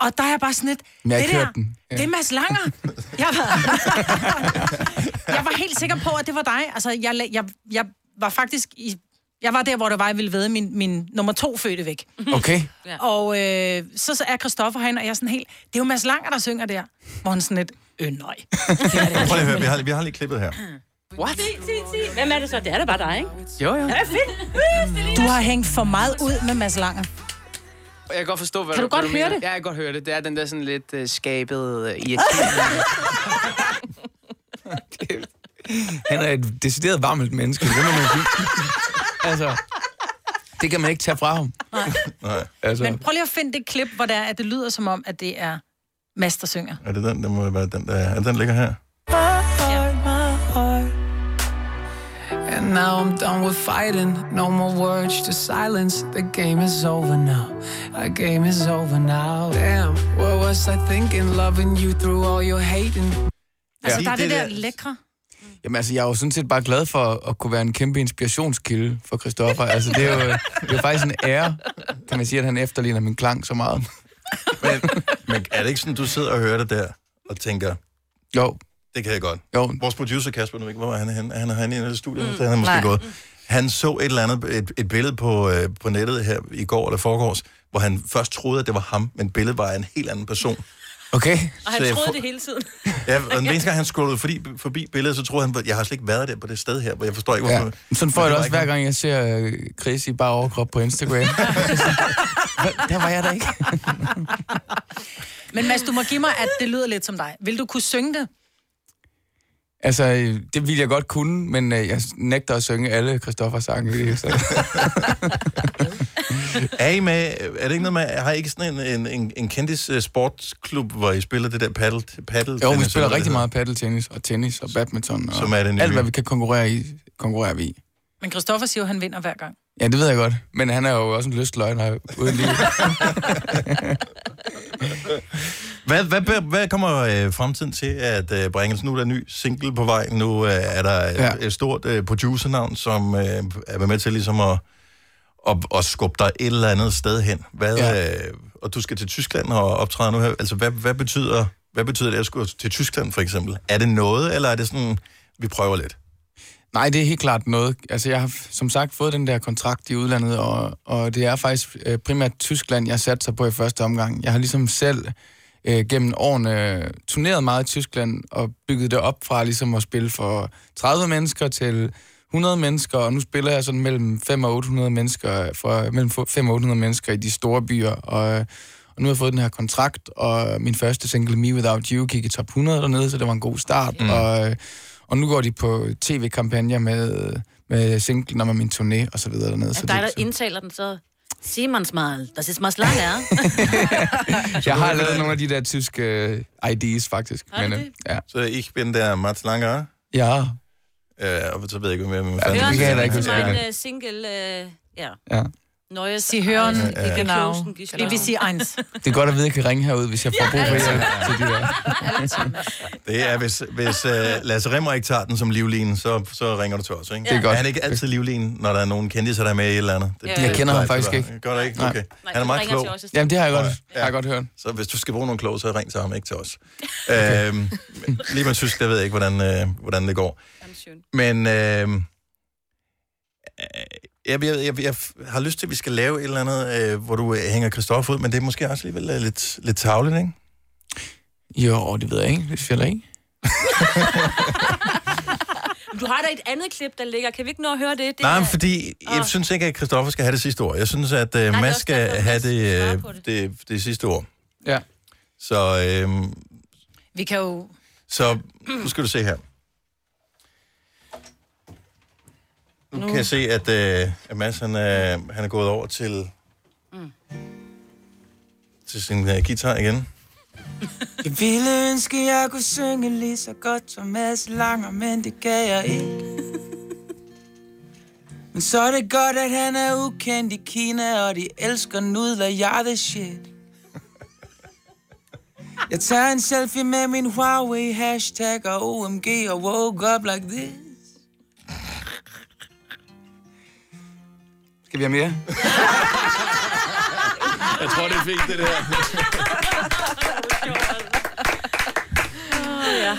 Speaker 2: Og der er jeg bare sådan lidt,
Speaker 23: Men jeg har
Speaker 2: det
Speaker 23: ikke
Speaker 2: der,
Speaker 23: hørt den. Ja.
Speaker 2: det er Mads Langer. Jeg var, jeg var helt sikker på, at det var dig. Altså, jeg, la- jeg, jeg var faktisk i, jeg var der, hvor det var, jeg ville vide min, min nummer to fødte væk.
Speaker 23: Okay?
Speaker 2: Ja. Og øh, så, så er Christoffer herinde, og jeg er sådan helt, det er jo Mads Langer, der synger der. Hvor han sådan lidt, øh nej.
Speaker 1: Prøv lige at høre, vi har, vi har lige klippet her.
Speaker 4: What? Se, se, se. Hvem er det så? Det er da bare dig, ikke?
Speaker 23: Jo, jo.
Speaker 4: Ja, det er fedt.
Speaker 2: Du har hængt for meget ud med Mads Langer.
Speaker 10: Og Jeg kan godt forstå, hvad
Speaker 2: Kan du
Speaker 10: hvad
Speaker 2: godt høre
Speaker 10: mener.
Speaker 2: det?
Speaker 10: Ja, jeg kan godt høre det. Det er den der sådan lidt uh, skabede uh, irriterende.
Speaker 23: Han er et decideret varmt menneske. Det må man sige. Altså, det kan man ikke tage fra ham.
Speaker 2: Nej.
Speaker 1: Nej.
Speaker 23: Altså,
Speaker 2: Men prøv lige at finde det klip, hvor det, er, at det lyder som om, at det er Mads, der synger.
Speaker 1: Er det den, der må være den, der er det den, der ligger her?
Speaker 19: heart, my heart. And now I'm done with fighting. No more words to silence. The game is over now. Our game is over now. Damn, what was I thinking? Loving you through all your hating.
Speaker 2: Altså, der er det, der lækre.
Speaker 23: Jamen altså, jeg er jo sådan set bare glad for at kunne være en kæmpe inspirationskilde for Christoffer. Altså, det er jo, det er jo faktisk en ære, kan man sige, at han efterligner min klang så meget.
Speaker 1: Men er det ikke sådan, du sidder og hører det der, og tænker...
Speaker 23: Jo.
Speaker 1: Det kan jeg godt.
Speaker 23: Jo.
Speaker 1: Vores producer Kasper, nu ved jeg ikke, hvor er han henne? Er han herinde i et studie? Mm. Han er
Speaker 10: Mm.
Speaker 1: måske
Speaker 10: Nej.
Speaker 1: gået. Han så et eller andet, et, et billede på, øh, på nettet her i går eller forgårs, hvor han først troede, at det var ham, men billedet var af en helt anden person.
Speaker 23: Okay.
Speaker 4: Og han troede det hele tiden.
Speaker 1: Ja, og den eneste gang, han scrollede forbi, forbi billedet, så troede han, jeg har slet ikke været der på det sted her, hvor jeg forstår ikke,
Speaker 23: Ja.
Speaker 1: hvorfor...
Speaker 23: Sådan får
Speaker 1: Men
Speaker 23: jeg det
Speaker 1: var
Speaker 23: også
Speaker 1: ikke
Speaker 23: hver
Speaker 1: ham.
Speaker 23: gang, jeg ser øh, Chris i bare overkrop på Instagram. Hvad, der var jeg da ikke.
Speaker 2: Men Mads, du må give mig, at det lyder lidt som dig. Vil du kunne synge det?
Speaker 23: Altså, øh, det ville jeg godt kunne, men øh, jeg nægter at synge alle Christoffers sange. lige, Så.
Speaker 1: Er, I med, er det ikke noget med, har I ikke sådan en, en, en, en kendis øh, sportsklub, hvor I spiller det der paddle, paddle
Speaker 23: Jo, vi spiller rigtig meget paddeltennis og tennis og badminton. Og
Speaker 1: Som er det nye.
Speaker 23: Alt, hvad vi kan konkurrere i, konkurrerer vi i.
Speaker 2: Men Christoffer siger jo, at han vinder hver gang.
Speaker 23: Ja, det ved jeg godt. Men han er jo også en lystløgner uden lige.
Speaker 1: Hvad, hvad, hvad, hvad kommer øh, fremtiden til at øh, bringe? Så Nu er der en ny single på vej. Nu øh, er der et, ja. et stort øh, producernavn, som øh, er med til ligesom at, at, at skubbe dig et eller andet sted hen. Hvad, ja. øh, og du skal til Tyskland og optræde nu her. Altså, hvad, hvad, betyder, hvad betyder det at skulle til Tyskland, for eksempel? Er det noget, eller er det sådan, vi prøver lidt?
Speaker 23: Nej, det er helt klart noget. Altså, jeg har som sagt fået den der kontrakt i udlandet, og, og det er faktisk øh, primært Tyskland, jeg satte sig på i første omgang. Jeg har ligesom selv øh, gennem årene øh, turneret meget i Tyskland, og bygget det op fra ligesom at spille for 30 mennesker til 100 mennesker, og nu spiller jeg sådan mellem 5 og 800 mennesker, øh, fra, mellem 5 og 800 mennesker i de store byer, og, øh, og nu har jeg fået den her kontrakt, og min første single, Me Without You, gik i top 100 dernede, så det var en god start, mm. og... Øh, og nu går de på tv-kampagner med, med singlen og med min turné og så videre dernede.
Speaker 4: Er
Speaker 23: Så
Speaker 4: det dig, der
Speaker 23: det,
Speaker 4: indtaler den så? Simonsmal, das ist mal langer.
Speaker 23: Jeg har lavet nogle af de der tyske øh, IDs, faktisk.
Speaker 4: Har du
Speaker 23: øh,
Speaker 4: det?
Speaker 23: ja.
Speaker 1: Så ich bin der Mats Langer.
Speaker 23: Ja.
Speaker 1: Øh, og så ved jeg ikke, hvad mere man
Speaker 4: Høren
Speaker 1: jeg
Speaker 4: til
Speaker 1: da
Speaker 4: mein øh, single, øh, ja.
Speaker 23: Ja.
Speaker 4: Neues.
Speaker 2: Sie hören,
Speaker 23: Ja, ja.
Speaker 2: genau.
Speaker 4: Klosen, die Schlausen.
Speaker 2: BBC 1.
Speaker 23: Det er godt at vide, at jeg kan ringe herud, hvis jeg får brug for
Speaker 4: altså.
Speaker 23: hjælp til de der.
Speaker 1: Det er, hvis, hvis uh, Lasse Rimmer ikke tager den som livlinen, så, så ringer du til os, ikke?
Speaker 23: Det er godt.
Speaker 1: Er han ikke altid livlinen, når der er nogen kendtiser, der er med i et eller andet?
Speaker 23: Ja. Jeg kender ham faktisk
Speaker 1: plejer-
Speaker 23: ikke.
Speaker 1: Gør du ikke?
Speaker 23: Nej.
Speaker 1: Okay.
Speaker 23: Nej,
Speaker 1: han er
Speaker 23: du
Speaker 1: meget
Speaker 23: ringer
Speaker 1: klog.
Speaker 23: til os i stedet. Jamen, det har jeg godt- har jeg godt hørt.
Speaker 1: Så hvis du skal bruge nogle kloge, så ring til ham, ikke til os. øhm, men lige med tysk, der ved jeg ikke, hvordan, øh, hvordan det går. Men øh, jeg, jeg, jeg, jeg har lyst til, at vi skal lave et eller andet, øh, hvor du øh, hænger Christoffer ud, men det er måske også alligevel øh, lidt, lidt tavligt, ikke?
Speaker 23: Jo, det ved jeg ikke. Det fælder ikke.
Speaker 4: Du har da et andet klip, der ligger. Kan vi ikke nå at høre det? det
Speaker 1: Nej,
Speaker 4: er-
Speaker 1: men fordi jeg
Speaker 4: Åh.
Speaker 1: synes ikke, at Christoffer skal have det sidste ord. Jeg synes, at
Speaker 4: det
Speaker 1: uh,
Speaker 4: er
Speaker 1: Mads
Speaker 4: også
Speaker 1: skal
Speaker 4: derfor,
Speaker 1: have
Speaker 4: Mads
Speaker 1: det,
Speaker 4: svarer
Speaker 1: uh,
Speaker 4: på det.
Speaker 1: det, det sidste ord.
Speaker 23: Ja.
Speaker 1: Så, øhm,
Speaker 2: Vi kan jo...
Speaker 1: så nu skal du se her. Nu,
Speaker 2: Nu.
Speaker 1: kan jeg se, at, øh, at Mads han, øh, han er gået over til,
Speaker 20: Mm.
Speaker 1: til sin øh, guitar igen.
Speaker 19: Jeg ville ønske, jeg kunne synge lige så godt som Mads Langer, men det kan jeg ikke. Men så er det godt, at han er ukendt i Kina, og de elsker nudler, jeg er the shit. Jeg tager en selfie med min Huawei hashtag og OMG og woke up like this.
Speaker 23: Skal vi have mere?
Speaker 1: Jeg tror, det er fint, det der.
Speaker 4: Åh, ja.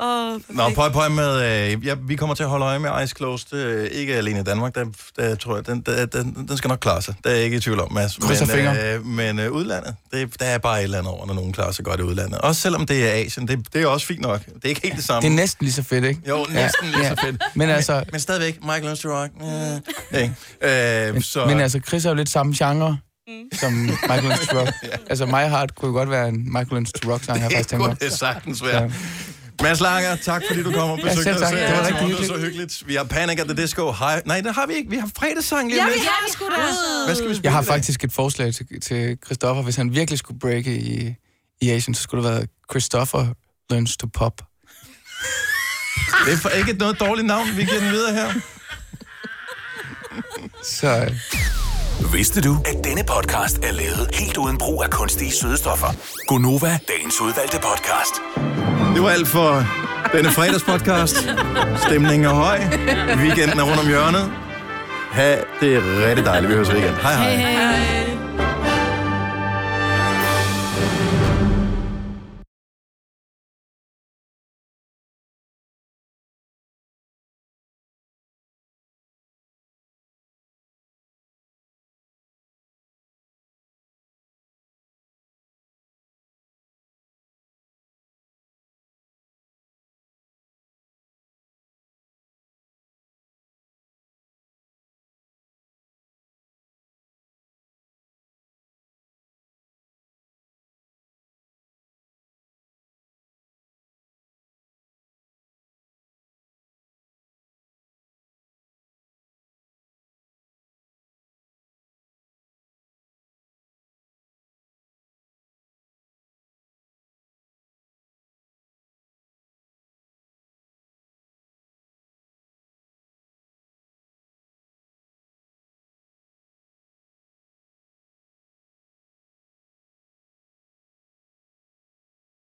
Speaker 4: Åh,
Speaker 1: Nå, prøv, prøv med, øh, ja, vi kommer til at holde øje med Ice Closed, øh, ikke alene i Danmark, der, der tror jeg, den, der, den, den skal nok klare sig, der er jeg ikke i tvivl om, Mads.
Speaker 23: Krydser
Speaker 1: men
Speaker 23: fingre.
Speaker 1: øh, men øh, udlandet, det, der er bare et eller andet over, når nogen klarer sig godt i udlandet. Også selvom det er Asien, det, det er også fint nok, det er ikke helt det samme.
Speaker 23: Det er næsten lige så fedt, ikke?
Speaker 1: Jo, næsten lige så fedt.
Speaker 23: Men altså,
Speaker 1: Men stadigvæk, Michael Østerrock, øh, ikke? øh, så...
Speaker 23: men altså Chris er jo lidt samme genre
Speaker 4: Mm.
Speaker 23: som Michael Lynch to Rock. Altså, My Heart kunne jo godt være en Michael Lynch to Rock sang, har jeg faktisk
Speaker 1: det
Speaker 23: tænkt
Speaker 1: kunne
Speaker 23: mig.
Speaker 1: det sagtens være. Mads Langer, tak fordi du kom og
Speaker 23: Ja,
Speaker 1: besøgte
Speaker 23: selv
Speaker 1: os.
Speaker 23: tak.
Speaker 1: her
Speaker 23: Det
Speaker 1: til
Speaker 23: var rigtig
Speaker 1: morgen. Det var så hyggeligt. Vi har Panic at the Disco. Hej. Nej, det har vi ikke. Vi har fredagssang lige
Speaker 20: Ja,
Speaker 1: om
Speaker 20: vi
Speaker 1: lidt.
Speaker 20: har det sgu da.
Speaker 1: Hvad skal vi spille
Speaker 23: Jeg har
Speaker 1: i dag?
Speaker 23: faktisk et forslag til, til Christoffer. Hvis han virkelig skulle breake i, i Asien, så skulle det være Christoffer Learns to Pop.
Speaker 1: Det er for ikke noget dårligt navn. Vi giver den videre her.
Speaker 23: Så...
Speaker 21: Vidste du, at denne podcast er lavet helt uden brug af kunstige sødestoffer? Gonova, dagens udvalgte podcast.
Speaker 1: Det var alt for denne fredagspodcast. Stemningen er høj. Weekenden er rundt om hjørnet. Ha' det rigtig dejligt. Vi høres ved igen. Hej hej.
Speaker 20: Hej.